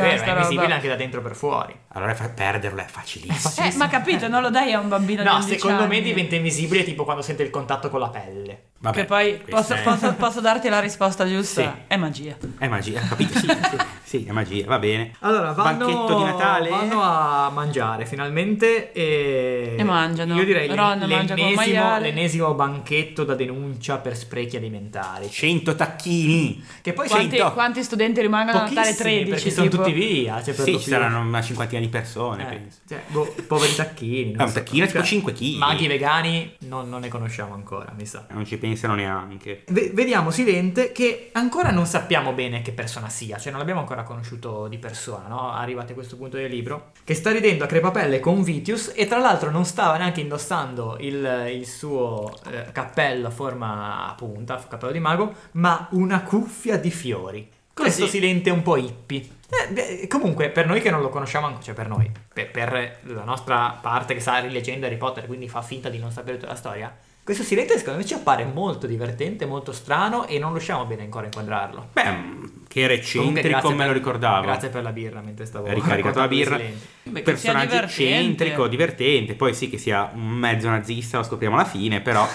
È, vero, sta è invisibile roba. anche da dentro per fuori. Allora fa- perderla è facilissimo. Eh, ma capito, non lo dai a un bambino di No, 11 secondo me anni. diventa invisibile tipo quando sente il contatto con la pelle. Vabbè, Che poi questa posso, è- posso- posso darti la risposta giusta? Sì. È magia. È magia, capito? Sì, sì, [laughs] sì, è magia, va bene. Allora, vanno, Banchetto di Natale. vanno a mangiare finalmente e, E mangiano. Io direi l'en- Ron mangia col l'ennesimo, maiale. l'ennesimo banchetto da denuncia per sprechi alimentari. 100 tacchini. Che poi sono Quanti- Quanti, quanti studenti rimangono a Natale pochissimi 13? perché sono tipo? tutti via. Cioè, per sì, lo ci più. saranno una cinquantina di persone, Eh, penso. cioè, boh, poveri tacchini. non Eh, un so. tacchino è tipo 5 chili. Maghi vegani non, non ne conosciamo ancora, mi sa. Non ci pensano neanche. Ve- vediamo Silente che ancora non sappiamo bene che persona sia, cioè non l'abbiamo ancora conosciuto di persona, no? Arrivati a questo punto del libro, che sta ridendo a crepapelle con Vitius e tra l'altro non stava neanche indossando il, il suo eh, cappello a forma a punta, cappello di mago, ma una cuffia di fiori. Questo Così. Silente è un po' hippie. Eh, beh, comunque, per noi che non lo conosciamo ancora, cioè per noi, per, per la nostra parte che sta rileggendo Harry Potter, quindi fa finta di non sapere tutta la storia, questo silente secondo me ci appare molto divertente, molto strano e non riusciamo bene ancora a inquadrarlo. Beh, mh, Eh, che era Comunque, eccentrico, grazie me per- lo ricordavo. Grazie per la birra mentre stavo Ha ricaricato la birra. raccontando di Silente. Beh, che sia Personaggio divertente. eccentrico, divertente. Poi sì che sia un mezzo nazista, lo scopriamo alla [laughs] fine, però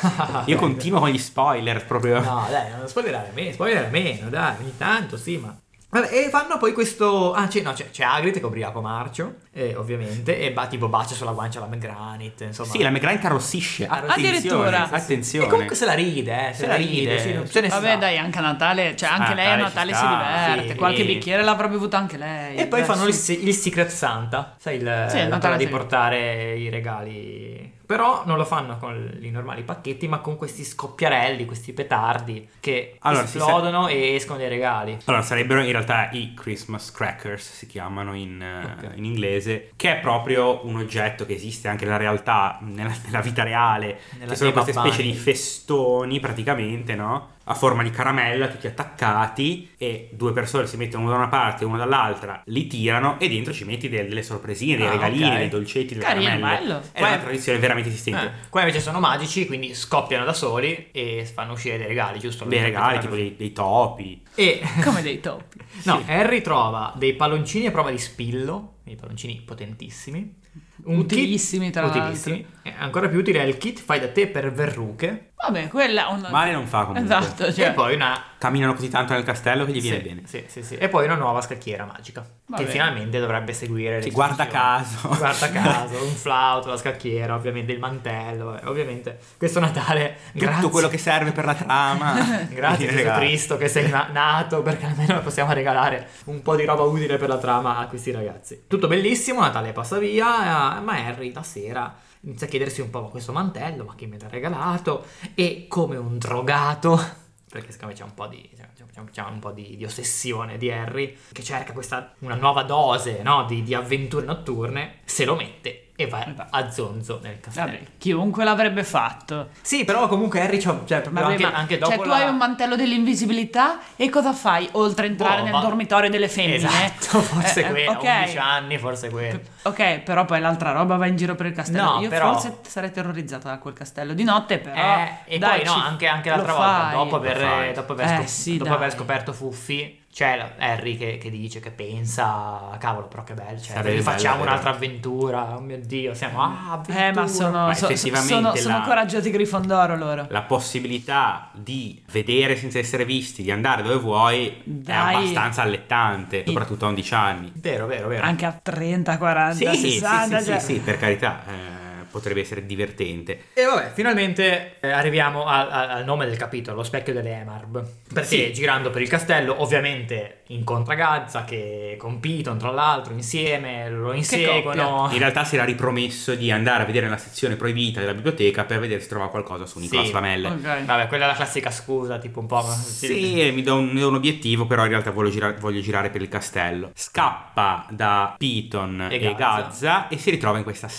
io continuo con gli spoiler proprio. No, dai, non spoilerare meno, spoilerare meno, dai, ogni tanto sì, ma... Vabbè, e fanno poi questo... Ah, c'è, no, c'è, c'è Hagrid che è ubriaco marcio, eh, ovviamente, e ba, tipo bacia sulla guancia la McGranite, insomma... Sì, la McGrane arrossisce. Ah, addirittura. Attenzione. E comunque se la ride, eh, se, la ride, sì, non se ne Vabbè, sa. dai, anche a Natale, cioè anche Ah, lei a Natale Natale ci si sta, diverte. sì. Qualche bicchiere l'avrà bevuto anche lei. E poi Beh, fanno Eh, sì. il, si- il Secret Santa, sai, il, Sì, il la Natale parola di segreto. portare i regali. Però non lo fanno con i normali pacchetti, ma con questi scoppiarelli, questi petardi che Allora, si sa- esplodono e escono dei regali. Allora, sarebbero in realtà i Christmas crackers, si chiamano in, eh, Ok. in inglese, che è proprio un oggetto che esiste anche nella realtà, nella, nella vita reale, Nella che sono Eva queste specie Bunny. di festoni praticamente, no? A forma di caramella, tutti attaccati, e due persone si mettono una da una parte e una dall'altra, li tirano e dentro ci metti delle, delle sorpresine, dei Ah, regalini, ok. dei dolcetti, delle Carino, caramelle. bello. È una tradizione veramente esistente. Eh, Qua invece sono magici, quindi scoppiano da soli e fanno uscire dei regali, giusto? Dei L'ho regali, tipo interpretato dei, dei topi. così. E Come dei top. No, Harry trova dei palloncini a prova di spillo, dei palloncini potentissimi. Utilissimi, tra l'altro. utilissimi. E ancora più utile è il kit fai da te per verruche. Vabbè, quella è una... Male non fa comunque. Esatto, cioè... E poi una Camminano così tanto nel castello che gli viene sì, bene. Sì, sì, sì. E poi una nuova scacchiera magica. Vabbè. Che finalmente dovrebbe seguire. le Sì, guarda istruzioni. caso. [laughs] Guarda caso, un flauto, la scacchiera, ovviamente il mantello. vabbè. Ovviamente questo Natale. tutto grazie, quello che serve per la [laughs] trama. Grazie Viene Gesù regalato. Cristo che sei na- nato perché almeno possiamo regalare un po' di roba utile per la trama a questi ragazzi. Tutto bellissimo, Natale passa via, eh, ma Harry la sera inizia a chiedersi un po' ma questo mantello, ma chi me l'ha regalato? E come un drogato, [laughs] perché secondo me c'è un po' di, c'è- c'è- c'è un po' di- di ossessione di Harry, che cerca questa, una nuova dose no, di, di avventure notturne, se lo mette e va a zonzo nel castello. Vabbè, chiunque l'avrebbe fatto. Sì, però comunque Harry c'ha, cioè, proprio Vabbè, anche, ma- anche dopo cioè, tu la- hai un mantello dell'invisibilità e cosa fai oltre a entrare Boh, nel ma- dormitorio delle femmine? Esatto, [laughs] forse Eh, eh, quello, ok. a 11 anni, forse quello. Ok, però poi l'altra roba va in giro per il castello. No, Io però- forse sarei terrorizzata da quel castello di notte, però. Eh, e dai, poi no, ci- anche, anche l'altra lo volta, fai. dopo aver, Lo fai. dopo aver Eh, scop- sì, dopo dai. aver scoperto Fuffi, c'è la- Harry che, che dice, che pensa, cavolo, però che bello, cioè, Sarebbe facciamo bello, eh. un'altra avventura, oh mio Dio, siamo, ah, avventura. Eh, ma sono, Ma so- effettivamente sono, la- sono coraggiosi Grifondoro loro. La possibilità di vedere senza essere visti, di andare dove vuoi, Dai. è abbastanza allettante, soprattutto a 11 anni. Vero, vero, vero. Anche a 30, 40, sì, 60. sì, sì, cioè- sì, sì, per carità, eh, potrebbe essere divertente. E vabbè, finalmente eh, arriviamo al, al- al nome del capitolo, lo specchio delle Emarb. Perché Sì. girando per il castello, ovviamente incontra Gazza che con Piton, tra l'altro, insieme lo inseguono. In realtà si era ripromesso di andare a vedere la sezione proibita della biblioteca per vedere se trova qualcosa su Nicola Sì. Flamel. Ok. Vabbè, quella è la classica scusa, tipo un po'. Sì, eh, mi do un, mi do un obiettivo, però in realtà voglio, gira- voglio girare per il castello. Scappa da Piton E e, Gazza. Gazza. e si ritrova in questa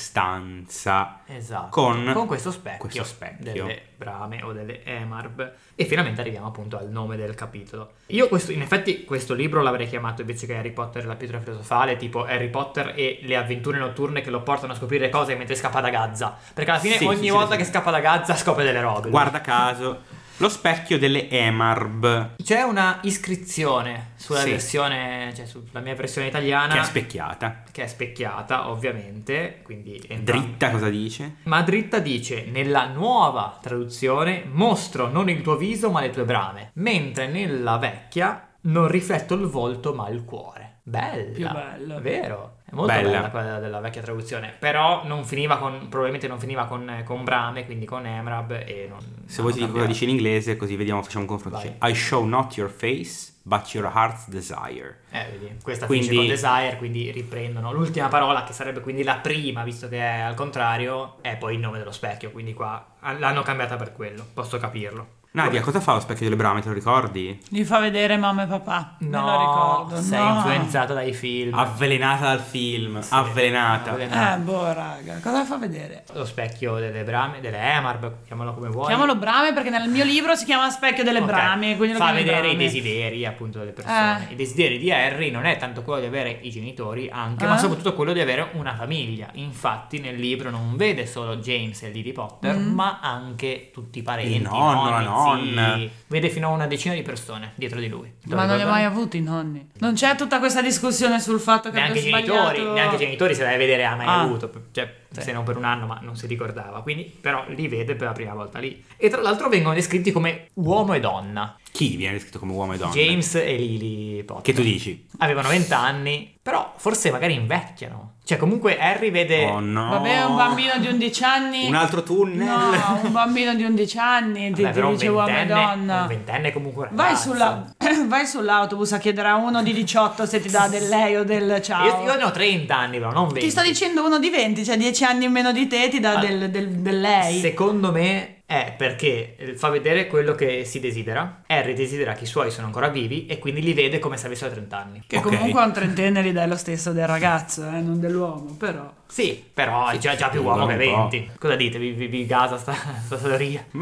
stanza. Esatto. Con- questo specchio, questo specchio. delle brame o delle emarb. E finalmente arriviamo appunto al nome del capitolo. Io questo, in effetti questo libro l'avrei chiamato invece che Harry Potter e la pietra filosofale, tipo Harry Potter e le avventure notturne che lo portano a scoprire cose mentre scappa da Gaza. Perché alla fine Sì, ogni sì, sì, volta sì. che scappa da Gaza scopre delle robe. Guarda caso, lo specchio delle Emarb, C'è una iscrizione sulla Sì. versione, cioè sulla mia versione italiana, che è specchiata. che è specchiata ovviamente, quindi entrambi- Dritta cosa dice? Madritta dice nella nuova traduzione mostro non il tuo viso ma le tue brame, mentre nella vecchia non rifletto il volto ma il cuore. Bella. Più bella. Vero? È molto bella, Bella. quella della vecchia traduzione, però non finiva con probabilmente non finiva con, eh, con brame, quindi con Emrab e non Se vuoi ti dico cosa dice in inglese, così vediamo, facciamo un confronto. Ah, Vai. Dice, I show not your face, but your heart's desire. Eh, vedi, questa Quindi- finisce con Desire, quindi riprendono l'ultima parola che sarebbe quindi la prima, visto che è al contrario, è poi il nome dello specchio, quindi qua l'hanno cambiata per quello, posso capirlo. Nadia, cosa fa lo specchio delle brame, te lo ricordi? Gli fa vedere mamma e papà. me lo ricordo. sei no. influenzata dai film. Avvelenata dal film, avvelenata. Eh, boh, raga, cosa fa vedere? Lo specchio delle brame, delle Emarb, chiamalo come vuoi. Chiamalo brame perché nel mio libro si chiama Specchio delle Ok. Brame. quindi lo Fa chiami vedere brame. i desideri appunto delle persone. Eh. Il desiderio di Harry non è tanto quello di avere i genitori, anche, Eh. ma soprattutto quello di avere una famiglia. Infatti, nel libro non vede solo James e Lily Potter, Mm. ma anche tutti i parenti. Il nonno, la nonni, nonna. zii. Vede fino a una decina di persone dietro di lui. Te lo Ma non li ricordi? ho mai avuti i nonni. Non c'è tutta questa discussione sul fatto che neanche i abbia genitori, sbagliato- neanche i genitori se la deve vedere ha mai Ah. avuto, cioè Sì. se non per un anno ma non si ricordava, quindi però li vede per la prima volta lì. E tra l'altro vengono descritti come uomo e donna, Chi viene descritto come uomo e donna? James e Lily Potter. Che tu dici? Avevano 20 anni, però forse magari invecchiano. Cioè comunque Harry vede... Oh no. Eh, Vabbè, un bambino di 11 anni. Un altro tunnel. No, un bambino di 11 anni ti, Vabbè, ti però un dice uomo e ventenne- donna. Un ventenne comunque... un Vai, ragazzo. sulla- [clears throat] vai sull'autobus a chiedere a uno di 18 se [laughs] ti dà del lei o del ciao. Io, io ne ho 30 anni però, non 20. Ti sto dicendo uno di 20, cioè 10 anni in meno di te ti dà Ah. del, del- del lei. Secondo me è perché eh, fa vedere quello che si desidera. Harry desidera che i suoi sono ancora vivi e quindi li vede come se avessero 30 anni. Che Ok. comunque a un trentenne gli dai lo stesso del ragazzo, eh, non dell'uomo, però. Sì, però è già, già più sì, uomo che guarda un po'. 20. Cosa dite? Vi, vi, vi gasa sta, [laughs] sta teoria? [laughs]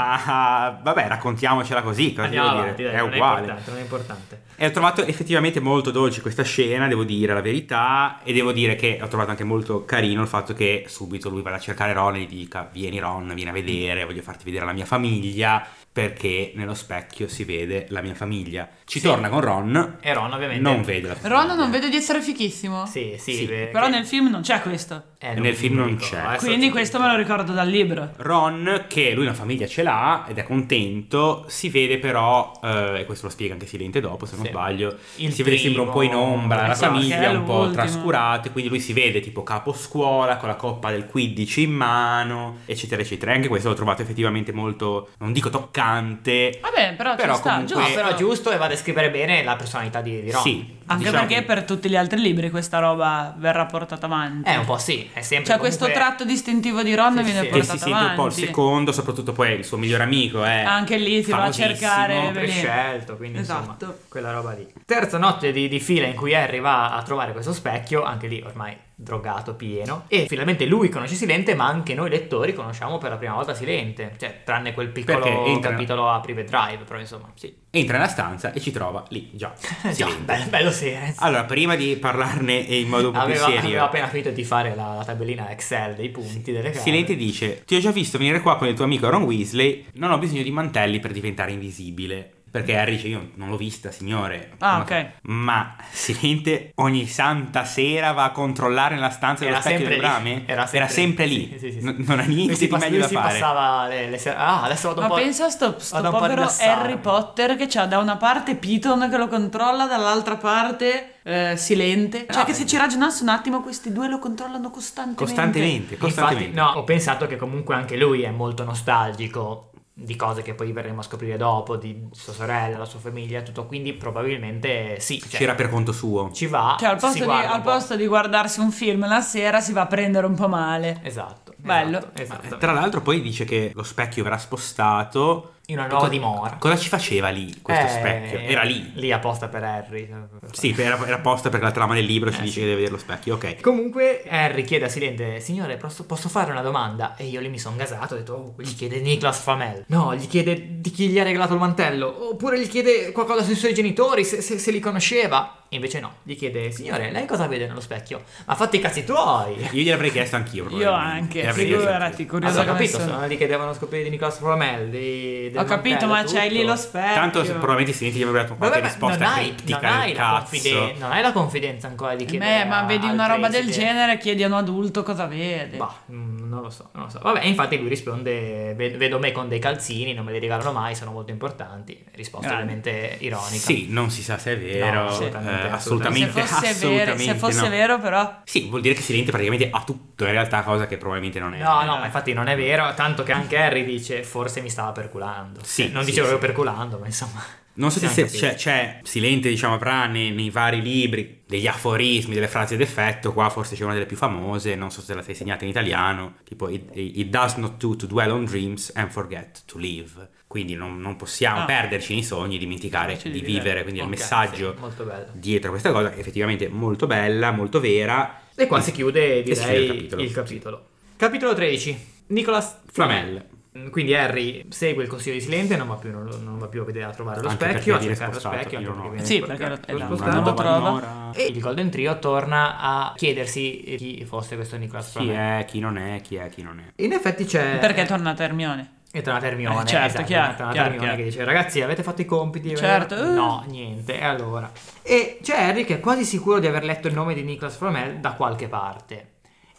Ma vabbè, raccontiamocela così, cosa Andiamo devo avanti, dire? dai, è non uguale. importante, non è importante. E ho trovato effettivamente molto dolce questa scena, devo dire la verità, e devo dire che ho trovato anche molto carino il fatto che subito lui vada a cercare Ron e gli dica vieni Ron, vieni a vedere, voglio farti vedere la mia famiglia, perché nello specchio si vede la mia famiglia. Ci Sì. torna con Ron, E Ron ovviamente... non vede la famiglia. Ron non vede di essere fichissimo. Sì, sì. Sì, beh, Però che- nel film non c'è questo. eh, nel film lo non dico, c'è. adesso- Quindi questo me lo ricordo dal libro. Ron, che lui una famiglia ce l'ha ed è contento, si vede però, eh, e questo lo spiega anche Silente dopo se non Sì. sbaglio, Il si vede sempre un po' in primo, ombra la esatto, che famiglia, è un po' l'ultimo. trascurata, e quindi lui si vede tipo capo scuola con la coppa del 15 in mano, eccetera, eccetera. E Anche questo l'ho trovato effettivamente molto, non dico toccante, Vabbè, però, Però ci sta, comunque- No, giusto. però giusto e va a descrivere bene la personalità di, di Ron. sì. Anche diciamo perché che- per tutti gli altri libri questa roba verrà portata avanti. Eh, un po' sì, è sempre... Cioè, questo comunque- tratto distintivo di Ron Sì, viene sì. che portato si sente avanti. un po' il secondo, soprattutto poi il suo migliore amico è Anche lì si va a famosissimo. cercare- prescelto, quindi insomma, Esatto. quella roba lì. Terza notte di, di fila in cui Harry va a trovare questo specchio, anche lì ormai drogato, pieno, e finalmente lui conosce Silente, ma anche noi lettori conosciamo per la prima volta Silente, cioè tranne quel piccolo Perché entra- capitolo a Private Drive, però insomma, sì. Entra nella stanza e ci trova lì, [laughs] già. Già, Silente. bello, bello Silence. Allora, prima di parlarne in modo un po' più Aveva, aveva serio, appena finito di fare la, la tabellina Excel dei punti delle case. Silente dice: Ti ho già visto venire qua con il tuo amico Ron Weasley. Non ho bisogno di mantelli per diventare invisibile. Perché Harry dice io non l'ho vista signore Ah, Ma- ok. Ma Silente ogni santa sera va a controllare nella stanza dello specchio del brame sempre lì Sì, sì, sì. Non- Non ha niente Lui si di pass- meglio lui da si fare passava le, le sere- Ah, adesso vado un Ma po'. pensa a sto, sto vado un po' a povero rilassarmi. Harry Potter che c'ha da una parte Piton che lo controlla, dall'altra parte eh, Silente. Cioè No, che se ci ragionasse un attimo questi due lo controllano costantemente. Costantemente, Infatti, costantemente no, ho pensato che comunque anche lui è molto nostalgico di cose che poi verremo a scoprire dopo, di sua sorella, la sua famiglia, tutto. Quindi probabilmente sì. cioè, C'era per conto suo ci va. Cioè al si posto, di, guarda un al po'. posto di guardarsi un film la sera si va a prendere un po' male. Esatto. Bello. esatto, esatto. Eh, Tra l'altro poi dice che lo specchio verrà spostato In una nuova Co- dimora. Cosa ci faceva lì questo Eh, specchio? Era lì Lì apposta per Harry. Sì, era, era apposta perché la trama del libro ci Eh, dice sì. che deve vedere lo specchio, ok Comunque Harry chiede a Silente, signore posso, posso fare una domanda? E io lì mi sono gasato, ho detto, oh, gli chiede Niklas Flamel. No, gli chiede di chi gli ha regalato il mantello, oppure gli chiede qualcosa sui suoi genitori, se, se- se li conosceva. E invece no, gli chiede, signore, lei cosa vede nello specchio? Ma fatti i cazzi tuoi! Io gliel'avrei chiesto anch'io Io probabilmente. anche, Gliel'avrei chiesto figurati, anch'io. curioso Allora, ho come capito, sono. sono lì che devono scoprire di Niklas Flamel, di, del Ho capito, ma mantello, c'hai lì tutto. lo specchio. Tanto se- probabilmente si gli avrebbe dato qualche Vabbè, ma non risposta hai, criptica non hai del la cazzo. confiden- non hai la confidenza ancora di chiedere Beh, Eh, ma a- vedi al una roba del preside. genere, chiedi a un adulto cosa vede. Bah, mm, non lo so, non lo so. Vabbè, infatti lui risponde: "Ve- Vedo me con dei calzini, non me li regalano mai, sono molto importanti. Risposta Grande. ovviamente ironica. Eh. Sì, non si sa se è vero, No, sì. eh, assolutamente, se assolutamente, fosse, vero, assolutamente se fosse no. vero però... Sì, vuol dire che Silente praticamente ha tutto, in realtà cosa che probabilmente non è. Eh, Eh, No, no, ma infatti non è vero. Tanto che anche Harry dice: Forse mi stava perculando. Sì, Cioè, non sì, dicevo sì. proprio perculando, ma insomma. Non so se- Sì, se anche sì. c'è, c'è Silente, diciamo, avrà nei, nei vari libri degli aforismi, delle frasi d'effetto, qua forse c'è una delle più famose, non so se la sei segnata in italiano, tipo It, it does not do to dwell on dreams and forget to live. Quindi non, non possiamo Ah. perderci nei sogni e dimenticare Ci di devi vedere. vivere, quindi Ok, il messaggio sì, molto bello. dietro a questa cosa è effettivamente molto bella, molto vera. E qua si chiude, E si chiude direi, il capitolo. Capitolo 13. Nicolas Flamel. Mm, Quindi Harry segue il consiglio di Silente, non va più, non, non va più a vedere a trovare lo Anche specchio, a perché cercare viene lo spostato, specchio. io anche no. viene Sì, spo- eh, perché lo- è da- spostato. non lo nuova trova. dimora. E il Golden Trio torna a chiedersi eh, chi fosse questo Nicolas Chi Flamel. è, chi non è, chi è, chi non è. eh. In effetti c'è... Perché è tornata Hermione? È tornata Hermione. Eh, certo, esatto, chiaro, è tornata chiaro, Hermione chiaro. che dice ragazzi avete fatto i compiti? Certo, eh. No, niente. E allora? E c'è Harry che è quasi sicuro di aver letto il nome di Nicholas Flamel da qualche parte.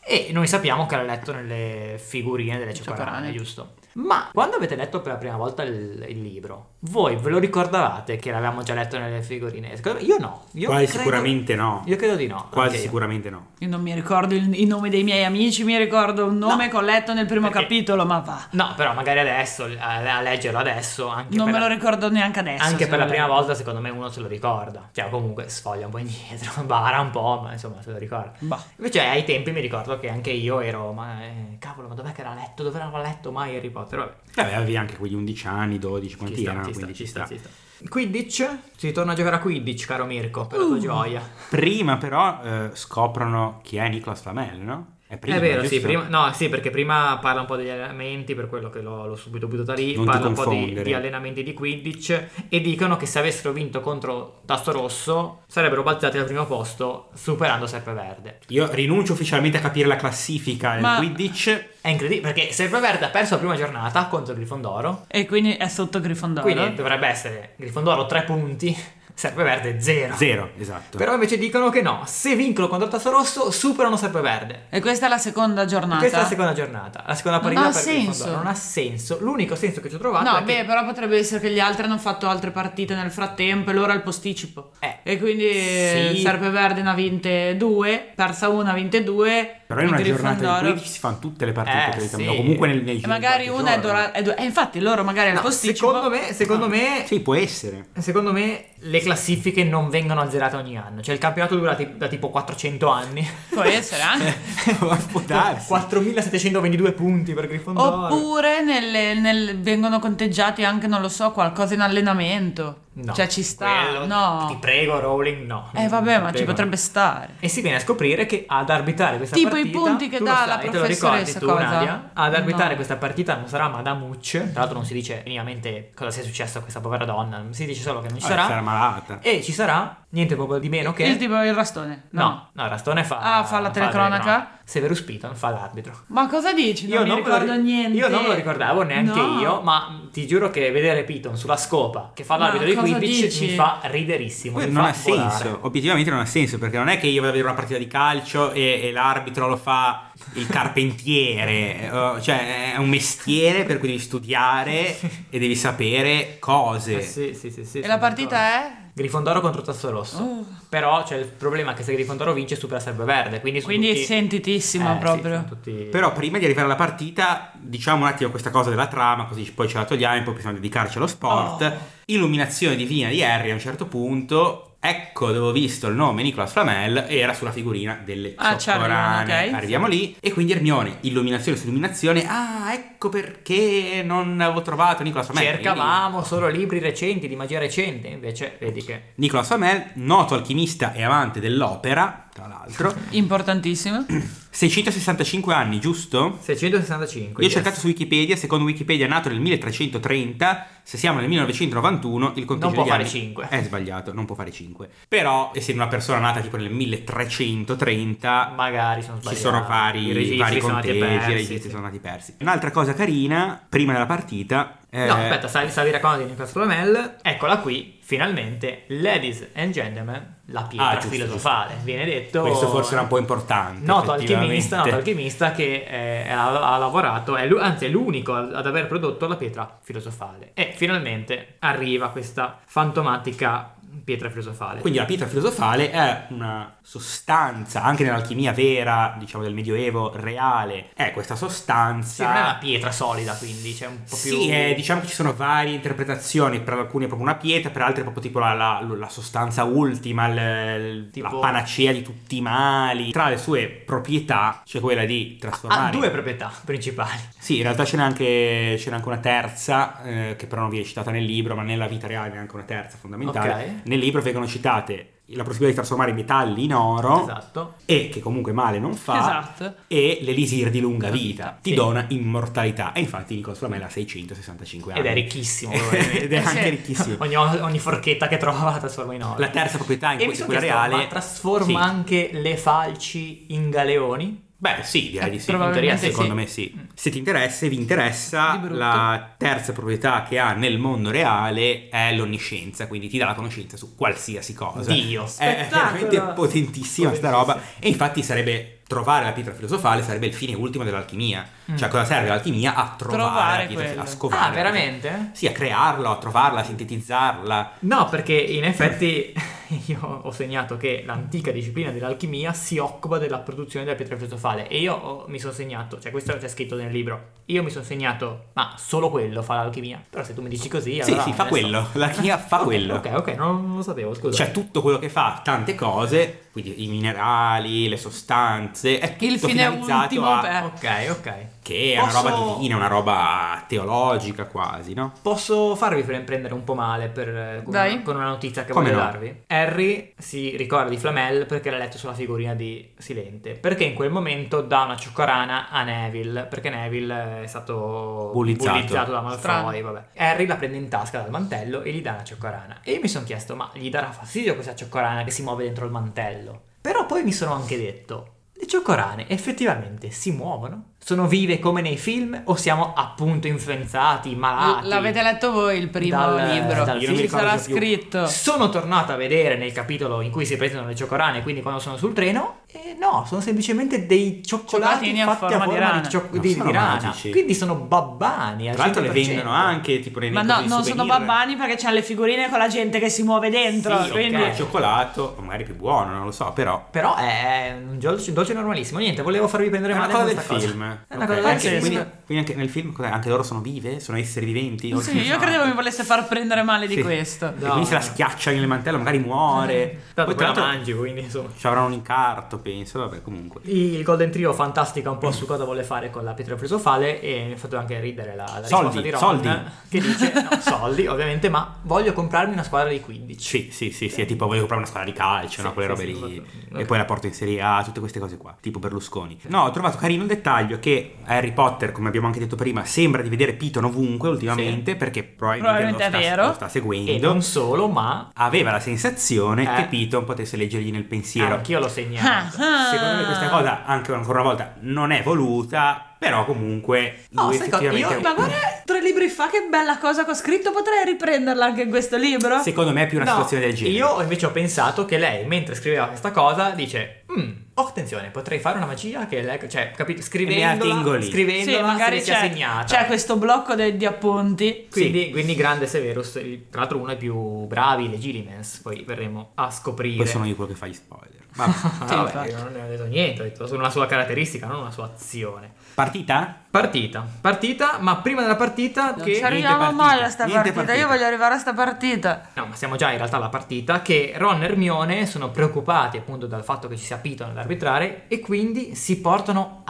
E noi sappiamo che l'ha letto nelle figurine delle Cioccolane. cioccolane, giusto? Ma quando avete letto per la prima volta il, il libro, voi ve lo ricordavate che l'avevamo già letto nelle figurine? Secondo me- Io no. Io Quasi credo- sicuramente no. Io credo di no. Quasi anche io. sicuramente no. Io non mi ricordo il- i nomi dei miei amici, mi ricordo un nome No. che ho letto nel primo Perché- capitolo, ma va. No, però magari adesso, eh, a, a leggerlo adesso, anche Non per me la- lo ricordo neanche adesso. Anche se per la lo prima leggo. volta, secondo me, uno se lo ricorda. Cioè, comunque sfoglia un po' indietro, [laughs] bara un po', ma insomma se lo ricorda. Bah. Invece, ai tempi mi ricordo che anche io ero. Ma eh, cavolo, ma dov'è che era letto? Dove era letto mai Harry Potter? Vabbè. Vabbè, Eh avevi anche quegli 11 anni, 12, ci quanti sta, erano? ci sta, Quindi ci ci sta, sta. ci sta. Quidditch, si torna a giocare a Quidditch, caro Mirko, per la Uh. tua gioia. Prima però eh, scoprono chi è Nicolas Flamel, no? È, prima, è vero, sì, giusto? prima, no, sì, perché prima parla un po' degli allenamenti, per quello che l'ho, l'ho subito buttata lì, Non ti parla un po' di, confondere. di allenamenti di Quidditch e dicono che se avessero vinto contro Tasto Rosso sarebbero balzati al primo posto superando Serpeverde. Io rinuncio ufficialmente a capire la classifica del Ma- Quidditch. È incredibile perché Serpeverde ha perso la prima giornata contro Grifondoro, E quindi è sotto Grifondoro. quindi dovrebbe essere Grifondoro 3 punti, Serpeverde 0. Zero, esatto. Però invece dicono che no, se vincono contro Tasto Rosso superano Serpeverde. E questa è la seconda giornata. Questa è la seconda giornata, la seconda Non partita ha per senso. Grifondoro. Non ha senso. L'unico senso che ci ho trovato No, è che beh, però potrebbe essere che gli altri hanno fatto altre partite nel frattempo e loro al posticipo. Eh. E quindi Sì. Serpe Serpeverde ne ha vinte due, persa una, ha vinte due. Però in una e giornata di Grifondoro- 15 si fanno tutte le partite Eh, teoricamente, sì. o comunque nel, nei E magari giorni una è, qualche dura- giorno. è due. E infatti loro magari al No, posticipo. secondo me, secondo me Sì, può [laughs] essere. Secondo me le classifiche non vengono azzerate ogni anno, cioè il campionato dura ti- da tipo 400 [laughs] anni. Può essere anche. può [laughs] darsi. 4722 punti per Grifondoro. Oppure nelle- nel- vengono conteggiati anche, non lo so, qualcosa in allenamento. No, cioè ci sta. quello- no. Ti prego Rowling, no. Eh vabbè, Ti ma ci prego, potrebbe no. stare. E si viene a scoprire che ad arbitrare questa Tipo i partita punti che tu dà lo sai, la te lo professoressa, ricordi tu, cosa? Nadia? Ad arbitrare No. questa partita non sarà Madame Hooch, tra l'altro non si dice minimamente cosa sia successo a questa povera donna, si dice solo che non ci Eh, sarà. sarà malata. E ci sarà Niente proprio di meno che... Il tipo il rastone. No. No, no, Rastone fa... Ah, fa la telecronaca? telecronaca. Severus Piton fa l'arbitro. Ma cosa dici? Non mi non me lo ricordo ri- niente. Io non lo ricordavo neanche No. io, ma ti giuro che vedere Piton sulla scopa che fa Ma l'arbitro di cosa Quidditch dici? mi fa riderissimo. Poi mi non fa ha senso, volare. obiettivamente non ha senso, perché non è che io vado a vedere una partita di calcio e, e l'arbitro lo fa il [laughs] carpentiere, eh, cioè è un mestiere per cui devi studiare e devi sapere Eh cose. sì, sì, sì, sì, E sono la partita d'accordo. è? Grifondoro contro Rosso. Oh. Però c'è il problema che se Grifondoro vince supera Serve Verde, quindi sono Quindi è tutti... sentitissima Eh, sì, proprio. sono tutti- Però prima di arrivare alla partita, diciamo un attimo questa cosa della trama, così poi ce la togliamo e poi possiamo dedicarci allo sport. Oh. Illuminazione divina di Harry a un certo punto. Ecco dove ho visto il nome Nicolas Flamel era sulla figurina delle Ah, ci arriviamo, sottorane. ok. Arriviamo lì e quindi Hermione, illuminazione su illuminazione. Ah, ecco perché non avevo trovato Nicolas Flamel. Cercavamo solo libri recenti, di magia recente, invece vedi che... Nicolas Flamel, noto alchimista e amante dell'opera, tra [laughs] l'altro. [clears throat] Importantissima. 665 anni, giusto? 665. Io ho yes. cercato su Wikipedia, secondo Wikipedia è nato nel 1330, se siamo nel 1991 il Non conteggio può degli fare anni cinque. È sbagliato, non può fare 5. Però essendo una persona nata tipo nel 1330 Magari sono ci sbagliato. sono I vari, registri vari sono andati conteggi, persi, i registri sì. sono andati persi. Un'altra cosa carina, prima della partita... eh, No, aspetta, stavi, stavi raccontando di Nicolas Flamel. Eccola qui, finalmente, Ladies and Gentlemen, la pietra Ah, giusto, filosofale, viene detto... Questo forse era un po' importante. Noto effettivamente. alchimista, noto alchimista che eh, ha, ha lavorato, è lu- anzi è l'unico ad ad aver prodotto la pietra filosofale. E finalmente arriva questa fantomatica pietra filosofale. Quindi la pietra filosofale è una sostanza, anche nell'alchimia vera, diciamo del medioevo reale, è questa sostanza... Sì, non è una pietra solida, quindi c'è un po' più... Sì, eh, diciamo che ci sono varie interpretazioni, per alcuni è proprio una pietra, per altri è proprio tipo la, la- la sostanza ultima, l- l- Tipo- la panacea di tutti i mali. Tra le sue proprietà c'è quella di trasformare... Ha Ah, due proprietà principali. Sì, in realtà ce n'è anche, ce n'è anche una terza, eh, che però non viene citata nel libro, ma nella vita reale è anche una terza fondamentale. Ok. Nel libro vengono citate la possibilità di trasformare i metalli in oro Esatto. e che comunque male non fa Esatto. e l'elisir di lunga vita ti Sì. dona immortalità e infatti Nicolas Flamel ha 665 anni Ed è [laughs] ricchissimo, eh, probabilmente. ed è anche Sì. ricchissimo Ogni, ogni forchetta che trova la trasforma in oro. la terza proprietà in e mi cui sono quella chiesto, reale ma trasforma Sì. anche le falci in galeoni? beh sì direi di sì Eh, Probabilmente In teoria, secondo sì. Mm. me sì se ti interessa e vi interessa Di brutto. la terza proprietà che ha nel mondo reale è l'onniscienza quindi ti dà la conoscenza su qualsiasi cosa Dio. è Spettacolo. veramente potentissima Potentissima. sta roba e infatti sarebbe trovare la pietra filosofale sarebbe il fine ultimo dell'alchimia cioè cosa serve l'alchimia a trovare, Mm. Trovare la pietra quello. a scovare Ah, veramente? sì a crearla a trovarla a sintetizzarla No, perché in effetti [laughs] io ho segnato che l'antica disciplina dell'alchimia si occupa della produzione della pietra filosofale e io ho- mi sono segnato, cioè questo c'è scritto nel libro, io mi sono segnato, ma solo quello fa l'alchimia. Però se tu mi dici così... sì allora sì me fa ne quello [laughs] Cioè l'alchimia [laughs] fa so. quello Ok, ok, non lo sapevo, scusa. C'è tutto quello che fa, tante cose, quindi i minerali, le sostanze, è tutto Il fine finalizzato ultimo a- per- Ok, ok. che è una Posso- roba divina, una roba teologica quasi, no? Posso farvi pre- prendere un po' male per, eh, con, Dai. una, con una notizia che Come voglio no? darvi? Harry si ricorda di Flamel perché l'ha letto sulla figurina di Silente, perché in quel momento dà una cioccorana a Neville, perché Neville eh, è stato Bullizzato. da Malfoy, vabbè. Harry la prende in tasca dal mantello e gli dà una cioccorana. E io mi sono chiesto, ma gli darà fastidio questa cioccorana che si muove dentro il mantello? Però poi mi sono anche detto... Le cioccorane effettivamente si muovono? Sono vive come nei film o siamo appunto influenzati, malati? L'avete letto voi il primo Dal- libro. dal film. Ci sarà Io non mi ricordo già più. scritto. Sono tornato a vedere nel capitolo in cui si presentano le cioccorane, quindi quando sono sul treno, e no, sono semplicemente dei cioccolati Cioccolatini a fatti forma a di forma di, rana. cioc- Non di- di sono rana. magici. Quindi sono babbani. al Tra l'altro le 100%. vengono anche tipo nei Ma no, negozi di non sono souvenir. babbani perché c'hanno le figurine con la gente che si muove dentro. Sì, quindi... ok. Il cioccolato, o magari più buono, non lo so, però Però è un dolce, un dolce normalissimo. Niente, volevo farvi prendere è una male cosa con del questa film. È una Ok, cosa del anche- film. quindi, quindi anche nel film cos'è? anche loro sono vive? Sono esseri viventi? Sì, io credevo mi volesse far prendere male di Sì. questo. Eh. E quindi se la schiaccia nel mantello magari muore. Tanto Poi poi tra la l'altro mangi, quindi insomma. ci avranno un incarto, penso, vabbè, comunque. Il Golden Trio fantastica un po' su cosa vuole fare con la pietra filosofale e mi ha fatto anche ridere la, la risposta Soldi, di Ron soldi. che dice [laughs] no, soldi ovviamente ma voglio comprarmi una squadra di 15 Sì, sì, sì, sì, è tipo voglio comprare una squadra di calcio, Sì, no, quelle sì, robe sì, lì. esatto. E Ok. poi la porto in Serie A, tutte queste cose qua, tipo Berlusconi. No, ho trovato carino il dettaglio fatto che Harry Potter, come abbiamo anche detto prima, sembra di vedere Piton ovunque ultimamente perché probabilmente, lo, Probabilmente è sta, vero. lo sta seguendo. E non solo, ma Aveva la sensazione Eh. che Piton potesse leggergli nel pensiero. anch'io l'ho Ah, segnato. Secondo me Ah. questa cosa, anche ancora una volta, non è voluta, però comunque Oh, lui sai cosa? effettivamente... Io- Ma guarda, tre libri fa che bella cosa che ho scritto, potrei riprenderla anche in questo libro? Secondo me è più una No, situazione del genere. Io invece ho pensato che lei, mentre scriveva questa cosa, dice: "Mm, oh, attenzione, potrei fare una magia che lei. Cioè, capito? Scrivendola, tingoli. scrivendola Sì, magari se li sia c'è, segnata. c'è questo blocco de- di appunti. Quindi, quindi grande Severus, il- tra l'altro uno dei più bravi, Legilimens, poi verremo a scoprire. Poi sono io quello che fa gli spoiler. Vabbè. [laughs] Ah, Sì, vabbè, infatti. io non ne ho detto niente, ho detto solo una sua caratteristica, non una sua azione. Partita? Partita, partita, ma prima della partita Non che... ci arriviamo partita, mai a sta niente partita. partita. io voglio arrivare a sta partita. No, ma siamo già in realtà alla partita che Ron e Hermione sono preoccupati appunto dal fatto che ci sia Piton ad arbitrare e quindi si portano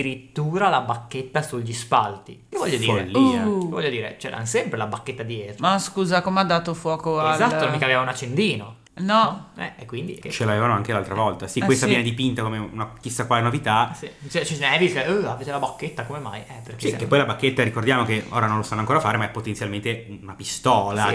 addirittura la bacchetta sugli spalti. Che voglio dire? Follia. Uh. Che Voglio dire, c'era sempre la bacchetta dietro. Ma scusa, come ha dato fuoco al... Esatto, non mica aveva un accendino. No. Eh, e quindi... Che... Ce l'avevano anche l'altra volta. Sì, Eh, questa sì. viene dipinta come una chissà quale novità. Sì. Cioè, c'è Neville che... "Eh, avete la bacchetta, come mai? Eh, perché... Sì, siamo- che poi la bacchetta ricordiamo che ora non lo sanno ancora fare, ma è potenzialmente una pistola. Sì,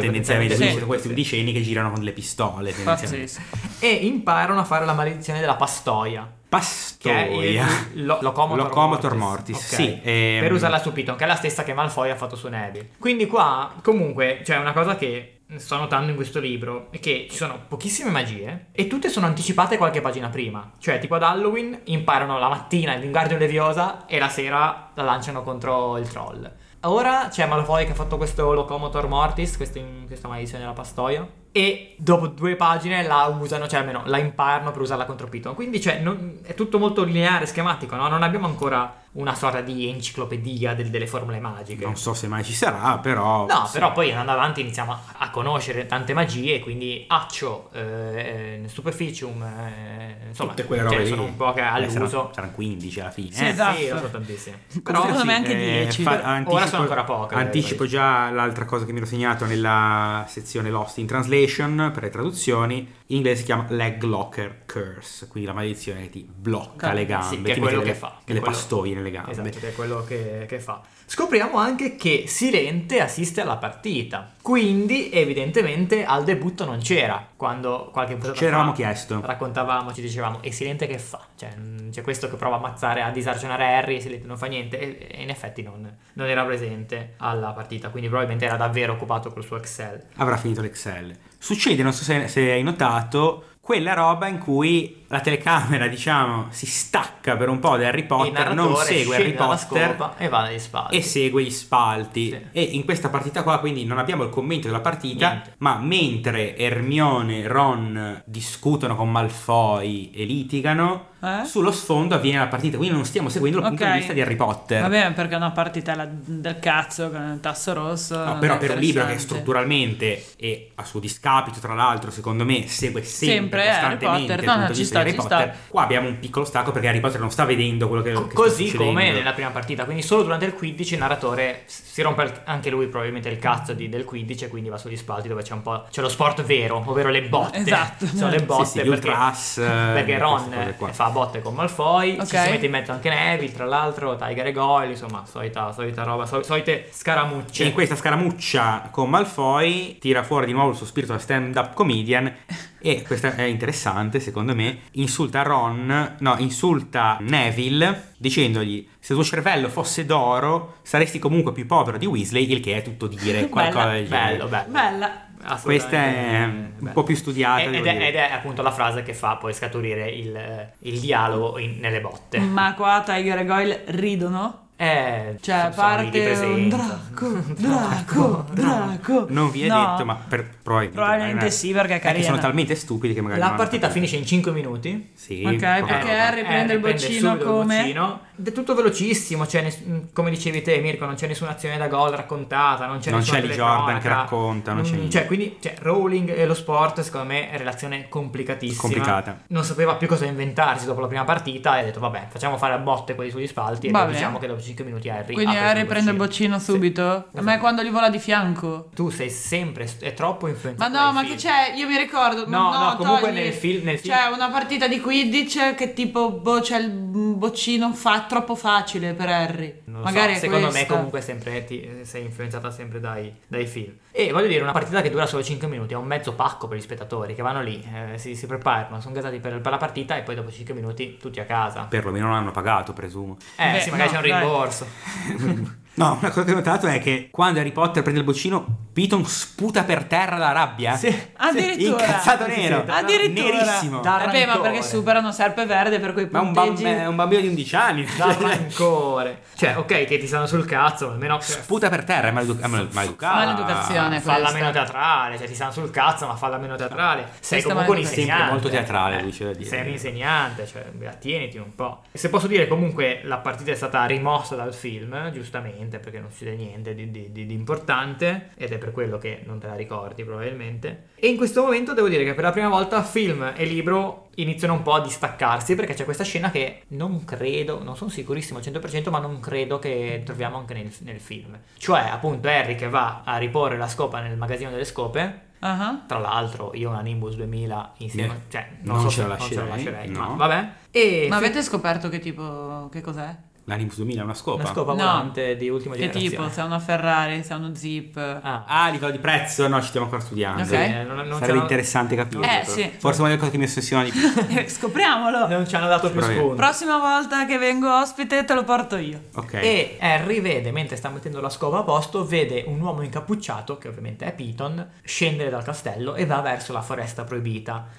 potenzialmente tendenzialmente quindi sì. sono questi Sì. udicenni che girano con delle pistole. Tendenzialmente. Pazzesco. E imparano a fare la maledizione della pastoia. Che è Pastoia. il lo- Locomotor, Locomotor Mortis, mortis. Ok. Sì, ehm, per usarla su Piton, che è la stessa che Malfoy ha fatto su Neville. Quindi qua, comunque, c'è una cosa che sto notando in questo libro è che ci sono pochissime magie e tutte sono anticipate qualche pagina prima. Cioè, tipo ad Halloween imparano la mattina il Wingardium Leviosa e la sera la lanciano contro il troll. Ora c'è Malfoy che ha fatto questo Locomotor Mortis, questa, questa maledizione della pastoia. E dopo due pagine la usano, cioè almeno la imparano per usarla contro Piton. Quindi cioè, non- è tutto molto lineare, schematico, no? Non abbiamo ancora una sorta di enciclopedia del- delle formule magiche. Non so se mai ci sarà, però. No, sì. però poi andando avanti iniziamo a, a conoscere tante magie, quindi accio, eh, eh, superficium, eh, insomma, Tutte quelle robe cioè, lì. sono un po' che Eh, all'uso. saranno, saranno 15 alla fine. Sì, eh. Eh, esatto. sì, lo so tantissimo. Però- Secondo me anche 10. fa- Ora sono ancora poche, dai, Anticipo dai. già l'altra cosa che mi ero segnato nella sezione Lost in Translation per le traduzioni. In inglese si chiama Leg Locker Curse, quindi la maledizione che ti blocca Sì, le gambe. Ah, Sì, che ti è mette quello delle- che fa. che Delle quello- pastoie nelle gambe. Esatto, che è quello che, che fa. Scopriamo anche che Silente assiste alla partita. Quindi, evidentemente, al debutto non c'era. Quando qualche puntata Ci eravamo fa chiesto. Raccontavamo, ci dicevamo, e Silente che fa? Cioè, mm, c'è questo che prova a ammazzare, a disarcionare Harry, e Silente non fa niente. E, e in effetti non, non era presente alla partita. Quindi probabilmente era davvero occupato col suo Excel. avrà finito l'Excel. Succede, non so se, se hai notato, quella roba in cui la telecamera, diciamo, si stacca per un po' da Harry il Potter, narratore non segue scende Harry dalla Potter scopa e va agli spalle. e segue gli spalti. Sì. E in questa partita qua, quindi non abbiamo il commento della partita, Niente. ma mentre Hermione e Ron discutono con Malfoy e litigano, Eh? sullo sfondo avviene la partita, quindi non stiamo seguendo il punto Ok. di vista di Harry Potter. Va bene, perché è una partita la- del cazzo con il tasso rosso. No, non però è per un libro che interessante. strutturalmente e a suo discapito, tra l'altro, secondo me, segue sempre, Sempre eh, Harry costantemente Potter. il No, punto no, di ci vista di sta, Harry ci Potter. Qua abbiamo un piccolo stacco perché Harry Potter non sta vedendo quello che, che Così sta come succedendo. nella prima partita, quindi solo durante il 15 il narratore s- si rompe il- anche lui probabilmente il cazzo di- del 15 e quindi va sugli spalti dove c'è un po' c'è lo sport vero, ovvero le botte. Esatto. Ci Sono le Sì, botte sì, gli perché, ultras, eh, [laughs] perché queste cose Ron eh, qua. fa botte con Malfoy, ci Ok. si mette in mezzo anche Neville, tra l'altro Tiger e Goyle, insomma, solita, solita roba, sol- solite Cioè, in scaramucce. questa scaramuccia con Malfoy tira fuori di nuovo il suo spirito da stand-up [laughs] comedian e questa è interessante secondo me, insulta Ron, no, insulta Neville dicendogli se il tuo cervello fosse d'oro saresti comunque più povero di Weasley, il che è tutto [laughs] dire, qualcosa del genere. Bello, bello. Bella. Assolutamente. Questa è mm, un Bello. po' più studiata, Ed devo è, dire. ed è appunto la frase che fa poi scaturire il, il dialogo in- nelle botte. Ma qua Tiger e Goyle ridono. Eh, Cioè, so- sono lì di parte un presenza. [laughs] [laughs] draco, draco, draco. Non vi è No. detto, ma per, probabilmente, Probabilmente eh, sì, perché è è che carina. sono talmente stupidi che magari. La non hanno partita capito. finisce in 5 minuti. eh, Sì, Ok, poca perché roba. Harry prende il boccino subito il come- boccino. Ed È tutto velocissimo, cioè ness- mm, come dicevi te Mirko, non c'è nessuna azione da gol raccontata, non c'è Non nessuna c'è il Jordan che telecronaca. racconta, non c'è Mm, niente. Cioè, quindi cioè, Rowling e lo sport, secondo me, è relazione complicatissima. Complicata. Non sapeva più cosa inventarsi dopo la prima partita e ha detto "Vabbè, facciamo fare a botte quelli sugli spalti e Va poi bene. diciamo che dopo ci 5 minuti Harry. Quindi ha preso Harry il prende il boccino Sì, subito. Ma è esatto. quando gli vola di fianco. Tu sei sempre, è troppo influenzato. Ma no, dai ma film. che c'è? Io mi ricordo. No, no, comunque togli. nel fil- nel film- C'è una partita di Quidditch che tipo boh, c'è il boccino fa- troppo facile per Harry. Non lo Magari so, è secondo me questa. comunque sempre ti- eh, sei influenzata sempre dai, dai film. E voglio dire, una partita che dura solo 5 minuti è un mezzo pacco per gli spettatori che vanno lì, eh, si, si preparano, sono gasati per, per la partita e poi dopo 5 minuti tutti a casa. Perlomeno non hanno pagato, presumo. Eh Beh, sì, magari no, c'è un dai. [laughs] rimborso. No, una cosa che ho notato è che quando Harry Potter prende il boccino, Piton sputa per terra la rabbia. [laughs] Sì. Addirittura. Incazzato Sì, sì, nero. da- Addirittura. Nerissimo. Da Vabbè, ma rancore. perché superano Serpeverde per quei Ma è un, bam- punteggi. è un bambino di 11 anni. Cioè, Da rancore. Cioè, ok, che ti stanno sul cazzo, ma almeno Cioè, Sputa per terra, è maledu- è mal- maleducato. Maleducazione. falla questa. meno teatrale, cioè ti stanno sul cazzo, ma falla meno teatrale. Sei Questa comunque un maleducazione. insegnante. eh. Sempre molto teatrale, lui c'è da dire. eh. Sei un insegnante, cioè attieniti un po'. E se posso dire, comunque la partita è stata rimossa dal film, giustamente, perché non succede niente di, di- di- di importante, ed è per quello che non te la ricordi probabilmente. E in questo momento devo dire che per la prima volta film e libro iniziano un po' a distaccarsi, perché c'è questa scena che non credo, non sono sicurissimo al 100%, ma non credo che troviamo anche nel, nel film. Cioè, appunto, Harry che va a riporre la scopa nel magazzino delle scope, Ah, tra l'altro, io una Nimbus 2000 insieme. Eh, Cioè, non, non so ce se- la non ce la lascerei, lascerei. no. Ma vabbè. E Ma fe- avete scoperto che tipo. Che cos'è? L'Animus 2000 è una scopa. una scopa No. volante di ultima Che tipo? generazione. Se è una Ferrari, se è uno Zip. Ah, Ah, a livello di prezzo, no, ci stiamo ancora studiando. Ok. eh, non, non ci Sarebbe hanno- interessante capire. Eh, però. sì. Forse è una delle cose che mi ossessiona di più. [laughs] Eh, Scopriamolo! Ah, Non ci hanno dato più Bravi. spunto. Prossima volta che vengo ospite te lo porto io. Ok. E Harry vede, mentre sta mettendo la scopa a posto, vede un uomo incappucciato, che ovviamente è Piton, scendere dal castello e va verso la foresta proibita.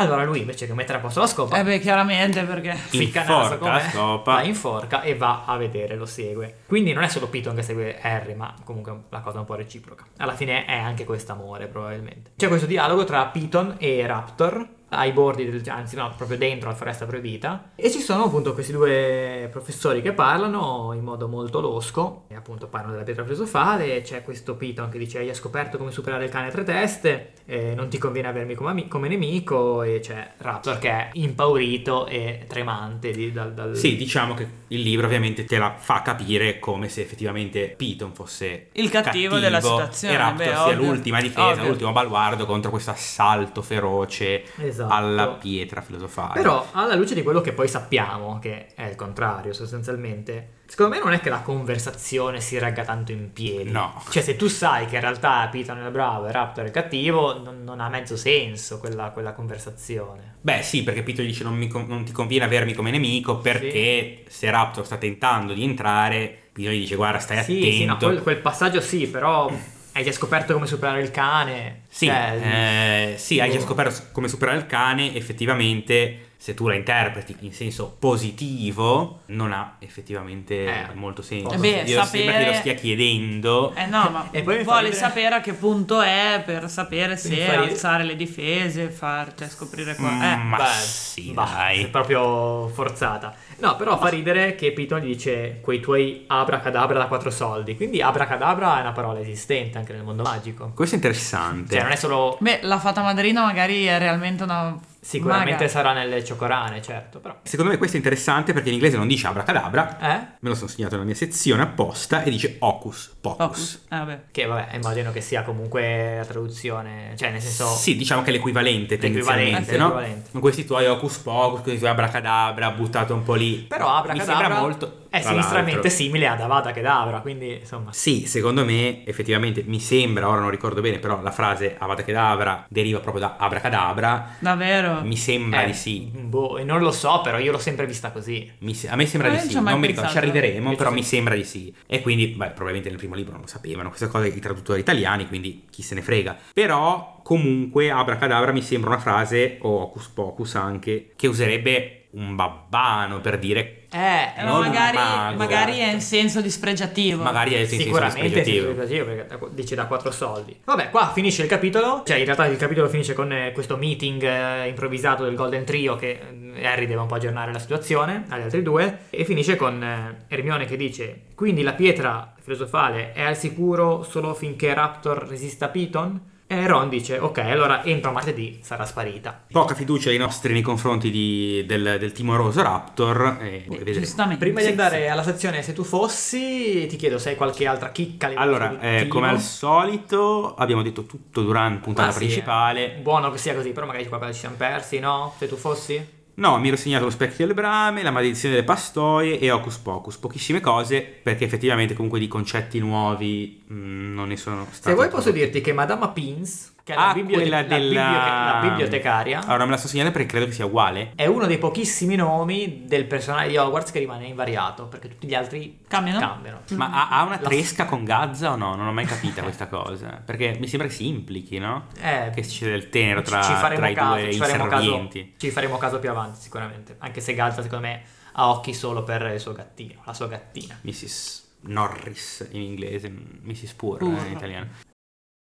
Allora lui, invece che mettere a posto la scopa, Uh. Eh beh, chiaramente perché. ficca Inforca naso com'è, la scopa. la inforca e va a vedere, lo segue. Quindi non è solo Piton che segue Harry, ma comunque la cosa è un po' reciproca. Alla fine è anche quest'amore, probabilmente. C'è questo dialogo tra Piton e Raptor ai bordi del, anzi no, proprio dentro la foresta proibita e ci sono appunto questi due professori che parlano in modo molto losco e appunto parlano della pietra filosofale c'è questo Piton che dice hai scoperto come superare il cane a tre teste eh, non ti conviene avermi come, ami- come nemico e c'è Raptor che è impaurito e tremante di- dal, dal- Sì, diciamo che il libro ovviamente te la fa capire come se effettivamente Piton fosse Il cattivo della situazione, e Raptor beh, sia ovvio. l'ultima difesa, Ovvio. l'ultimo baluardo contro questo assalto feroce Esatto. alla pietra filosofale. Però, alla luce di quello che poi sappiamo, che è il contrario sostanzialmente, secondo me non è che la conversazione si regga tanto in piedi. No. Cioè, se tu sai che in realtà Piton è bravo e Raptor è cattivo, non, non ha mezzo senso quella, quella conversazione. Beh, sì, perché Piton dice non, mi con- non ti conviene avermi come nemico perché se Raptor sta tentando di entrare, Piton gli dice guarda stai sì, attento. sì, no, quel, quel passaggio sì, però hai già scoperto come superare il cane. Sì, Cioè, eh, sì, hai già scoperto s- come superare il cane, effettivamente se tu la interpreti in senso positivo non ha effettivamente Eh. molto senso. Eh beh, Io sembra sapere- che lo stia chiedendo. Eh no, ma [laughs] E poi mi fa vuole ridere- sapere a che punto è per sapere se Mi fa ridere- alzare le difese, far, cioè, scoprire qua. Mm, Eh, ma Beh, sì, bah, dai. È proprio forzata. No, però fa ridere che Piton gli dice quei tuoi abracadabra da quattro soldi. Quindi abracadabra è una parola esistente anche nel mondo magico. Questo è interessante. Cioè, non è solo. Beh, la fata madrina magari è realmente una... Sicuramente maga. sarà nelle ciocorane, certo, però. Secondo me questo è interessante perché in inglese non dice abracadabra, Eh? me lo sono segnato nella mia sezione apposta e dice hocus pocus. Focus. Eh, vabbè. Che vabbè, immagino che sia comunque la traduzione. Cioè, nel senso. Sì, diciamo che è l'equivalente, L'equivalente, tendenzialmente, no? l'equivalente. Questi tuoi hocus pocus, questi tuoi abracadabra, buttato un po' lì. Però Mi abracadabra sembra molto... è tra l'altro. sinistramente simile ad Avada Kedavra, quindi insomma. Sì, secondo me effettivamente mi sembra, ora non ricordo bene, però la frase Avada Kedavra deriva proprio da abracadabra. Davvero? Mi sembra Eh, di sì. Boh, e non lo so, però io l'ho sempre vista così. Mi se- a me sembra Ma di io sì, non ci ho mai non mi ricordo, ci pensato. arriveremo, Io però ci- mi sembra di sì. E quindi, beh, probabilmente nel primo libro non lo sapevano, questa cosa i traduttori italiani, quindi chi se ne frega. Però comunque abracadabra mi sembra una frase, o hocus pocus anche, che userebbe un babbano per dire... Eh, Eh, ma non un magari, mago. magari è in senso dispregiativo. Magari è il senso Sicuramente sì, dispregiativo. dispregiativo, perché da qu- dice da quattro soldi. Vabbè, qua finisce il capitolo. Cioè, in realtà il capitolo finisce con eh, questo meeting eh, improvvisato del Golden Trio che eh, Harry deve un po' aggiornare la situazione agli altri due. E finisce con eh, Hermione che dice: Quindi la pietra filosofale è al sicuro solo finché Raptor resista a Piton? E Ron dice, ok, allora entro martedì sarà sparita. Poca fiducia ai nostri nei confronti di- del, del timoroso Raptor. E Beh, vedremo. giustamente. Prima Sì, di andare alla sezione se tu fossi, ti chiedo se hai qualche altra chicca. a livello Allora, eh, produttivo. come al solito, abbiamo detto tutto durante la puntata Ah, sì, principale. eh. Buono che sia così, però magari qualcosa ci siamo persi, no? Se tu fossi? No, mi ero segnato lo specchio delle brame, la maledizione delle pastoie e Hocus Pocus. Pochissime cose, perché effettivamente comunque di concetti nuovi mh, non ne sono stati. Se vuoi posso prodotti. dirti che Madama Pins, che è la, Ah, bibliote- quella la della... Ah. bibliote- la bibliotecaria, Allora me la sto segnando perché credo che sia uguale. è uno dei pochissimi nomi del personale di Hogwarts che rimane invariato, perché tutti gli altri Cambiano? cambiano. Ma ha, ha una La- tresca con Gazza o no? Non ho mai capita questa cosa. Perché mi sembra che si implichi, no? Eh, Che c'è del tenero Ci- tra, ci faremo tra i caso, due ci faremo caso, inservienti. ci faremo caso più avanti sicuramente, anche se Gazza secondo me ha occhi solo per il suo gattino, la sua gattina. Mrs. Norris in inglese, Mrs. Pur Pur. in italiano.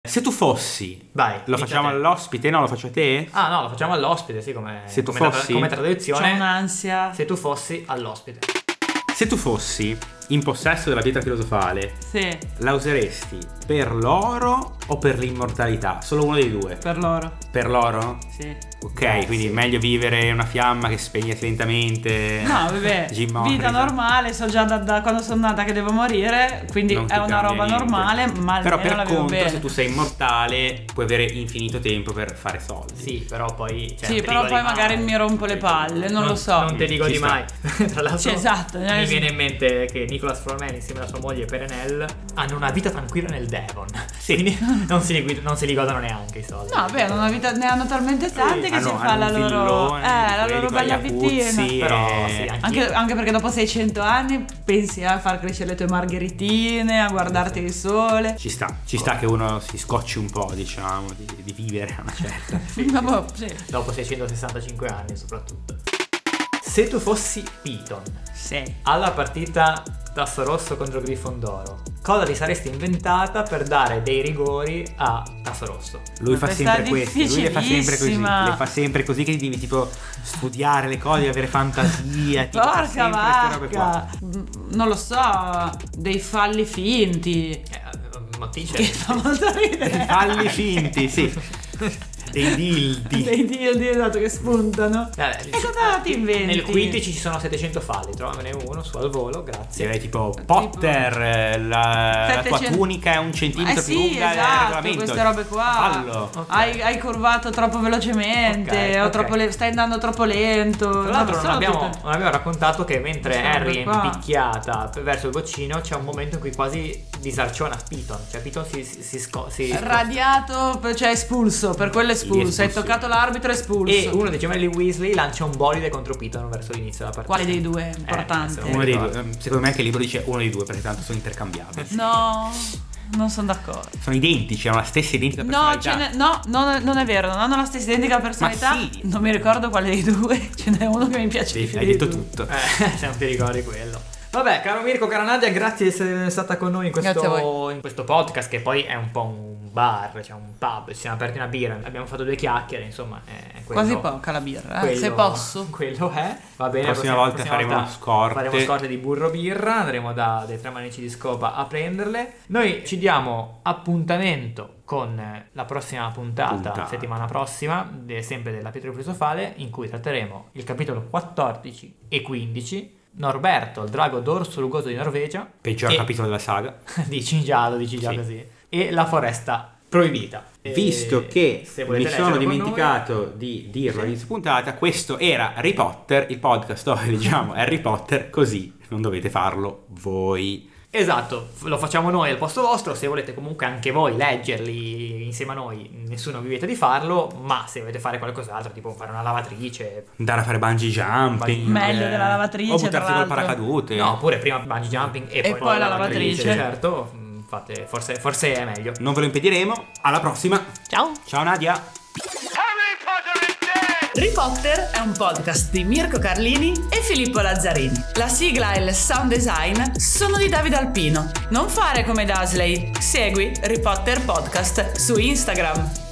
Se tu fossi, Vai, lo dici a facciamo te. all'ospite? No, lo faccio a te? Ah no, lo facciamo all'ospite, sì, come, Se tu come, tra- fossi- come C'ho traduzione. un'ansia. Se tu fossi all'ospite. Se tu fossi in possesso della pietra filosofale, Sì, la useresti per l'oro o per l'immortalità? Solo uno dei due. per loro. Per l'oro? Sì. Ok, Beh, quindi Eh, sì. meglio vivere una fiamma che spegne lentamente. No, vabbè, [laughs] Jim vita Morrison. normale, so già da, da quando sono nata che devo morire, quindi Non ti è una cambia roba niente. normale, ma Però almeno per la vivo contro, bene. se tu sei immortale, puoi avere infinito tempo per fare soldi. Sì, però poi... cioè, non Sì, te però dico poi di mai. magari mi rompo le palle, non, lo so. Non te dico Ci di sta. mai. [laughs] Tra l'altro... Cioè, esatto, Mi eh, viene in mente che Nicolas Fromen insieme alla sua moglie Perenelle hanno una vita tranquilla nel Devon. [laughs] Sì. [laughs] Quindi non si, li guid- non se li godono neanche i soldi. No, beh, hanno una vita- ne hanno talmente tante che Ah, hanno- si fa hanno la un loro, villone eh, di la quelli loro con gli eh, bella abruzzi vittina. Però e- sì, anche- Anche, anche perché dopo 600 anni pensi a far crescere le tue margheritine, a guardarti il sole. Ci sta, ci sta che uno si scocci un po', diciamo, di, di vivere a una Certo. certa. [laughs] Vabbè, boh, sì. Dopo 665 anni soprattutto. Se tu fossi Piton, Sì. alla partita tasso rosso contro Grifondoro, cosa ti saresti inventata per dare dei rigori a tasso rosso? Lui Ma fa questa sempre è questo, lui le fa sempre così, difficilissima. le fa sempre così che devi tipo studiare le cose, avere fantasia, tipo fa Porca sempre queste robe vacca! qua. Mm, Non lo so, dei falli finti. Eh, Che Mottice. fa molto Dei ridere. falli finti, sì. [laughs] Dei dildi. Dei dildi, esatto, che spuntano. Vabbè, ah, eh, E cosa ti inventi? Eh Nel 15 ci sono 700 falli, trovamene uno su al volo, grazie. Direi tipo Potter, eh, la, la tua 700 tunica è un Eh centimetro più sì, lunga del esatto, regolamento. queste robe qua. Fallo. Ok. Hai, hai curvato troppo velocemente, Ok, o ok. troppo le- stai andando troppo lento. Tra l'altro No, non sono abbiamo, tutte- non abbiamo raccontato che mentre Sono Harry è qua. impicchiata p- verso il boccino c'è un momento in cui quasi disarciona Piton, cioè Piton si, si, si, sco- si- Radiato, per- cioè espulso, per quello espulso. Hai espulsione. toccato l'arbitro espulso. e uno dei gemelli Weasley lancia un bolide contro Piton verso l'inizio della partita. Eh, Quale dei due è importante? questo è Uno dei due, ehm, secondo me che il libro dice uno dei due perché tanto sono intercambiabili. Eh. No, non sono d'accordo. Sono identici, hanno la stessa identica No, personalità. ce n'è- no, no, non è vero, non hanno la stessa identica personalità. sì. Non mi ricordo quale dei due. [laughs] Ce n'è uno che mi piace di Sì, più. Hai dei detto due. tutto. Eh, [laughs] se non ti ricordi quello. Vabbè, caro Mirko, cara Nadia, grazie di essere stata con noi in Grazie a questo, in questo podcast che poi è un po' un bar, cioè un pub, ci siamo aperti una birra, abbiamo fatto due chiacchiere, insomma, è quello, Quasi poca la birra, eh, quello- se [laughs] posso. Quello è. Va bene, La prossima volta faremo volta uno scorte. Faremo scorte di burro birra, andremo da dai tre manici di scopa a prenderle. Noi ci diamo appuntamento con la prossima puntata, Puntata. settimana prossima, de- sempre della Pietra Filosofale, in cui tratteremo il capitolo 14 e 15. Norberto, il drago d'orso rugoso di Norvegia. Peggior e- [laughs] capitolo della saga. di Cingialo, di Cingialo, sì. E la foresta proibita. E Visto che se volete mi leggerlo sono con noi- dimenticato di dirlo all'inizio puntata, questo era Harry Potter, il podcast dove [laughs] leggiamo Harry Potter, così non dovete farlo voi. Esatto, f- lo facciamo noi al posto vostro, se volete comunque anche voi leggerli insieme a noi, nessuno vi vieta di farlo, ma se volete fare qualcos'altro, tipo fare una lavatrice, Andare a fare bungee jumping. Meglio eh, della lavatrice, O tra buttarsi col l'altro. paracadute. no, oppure prima bungee jumping e, E poi la lavatrice. certo, mm, fate, forse, forse è meglio. Non ve lo impediremo. Alla prossima. Ciao. Ciao Nadia. Harry Potter is dead! Harry Potter è un podcast di Mirko Carlini e Filippo Lazzarini. La sigla e il sound design sono di Davide Alpino. Non fare come Dasley. Segui Harry Potter Podcast su Instagram.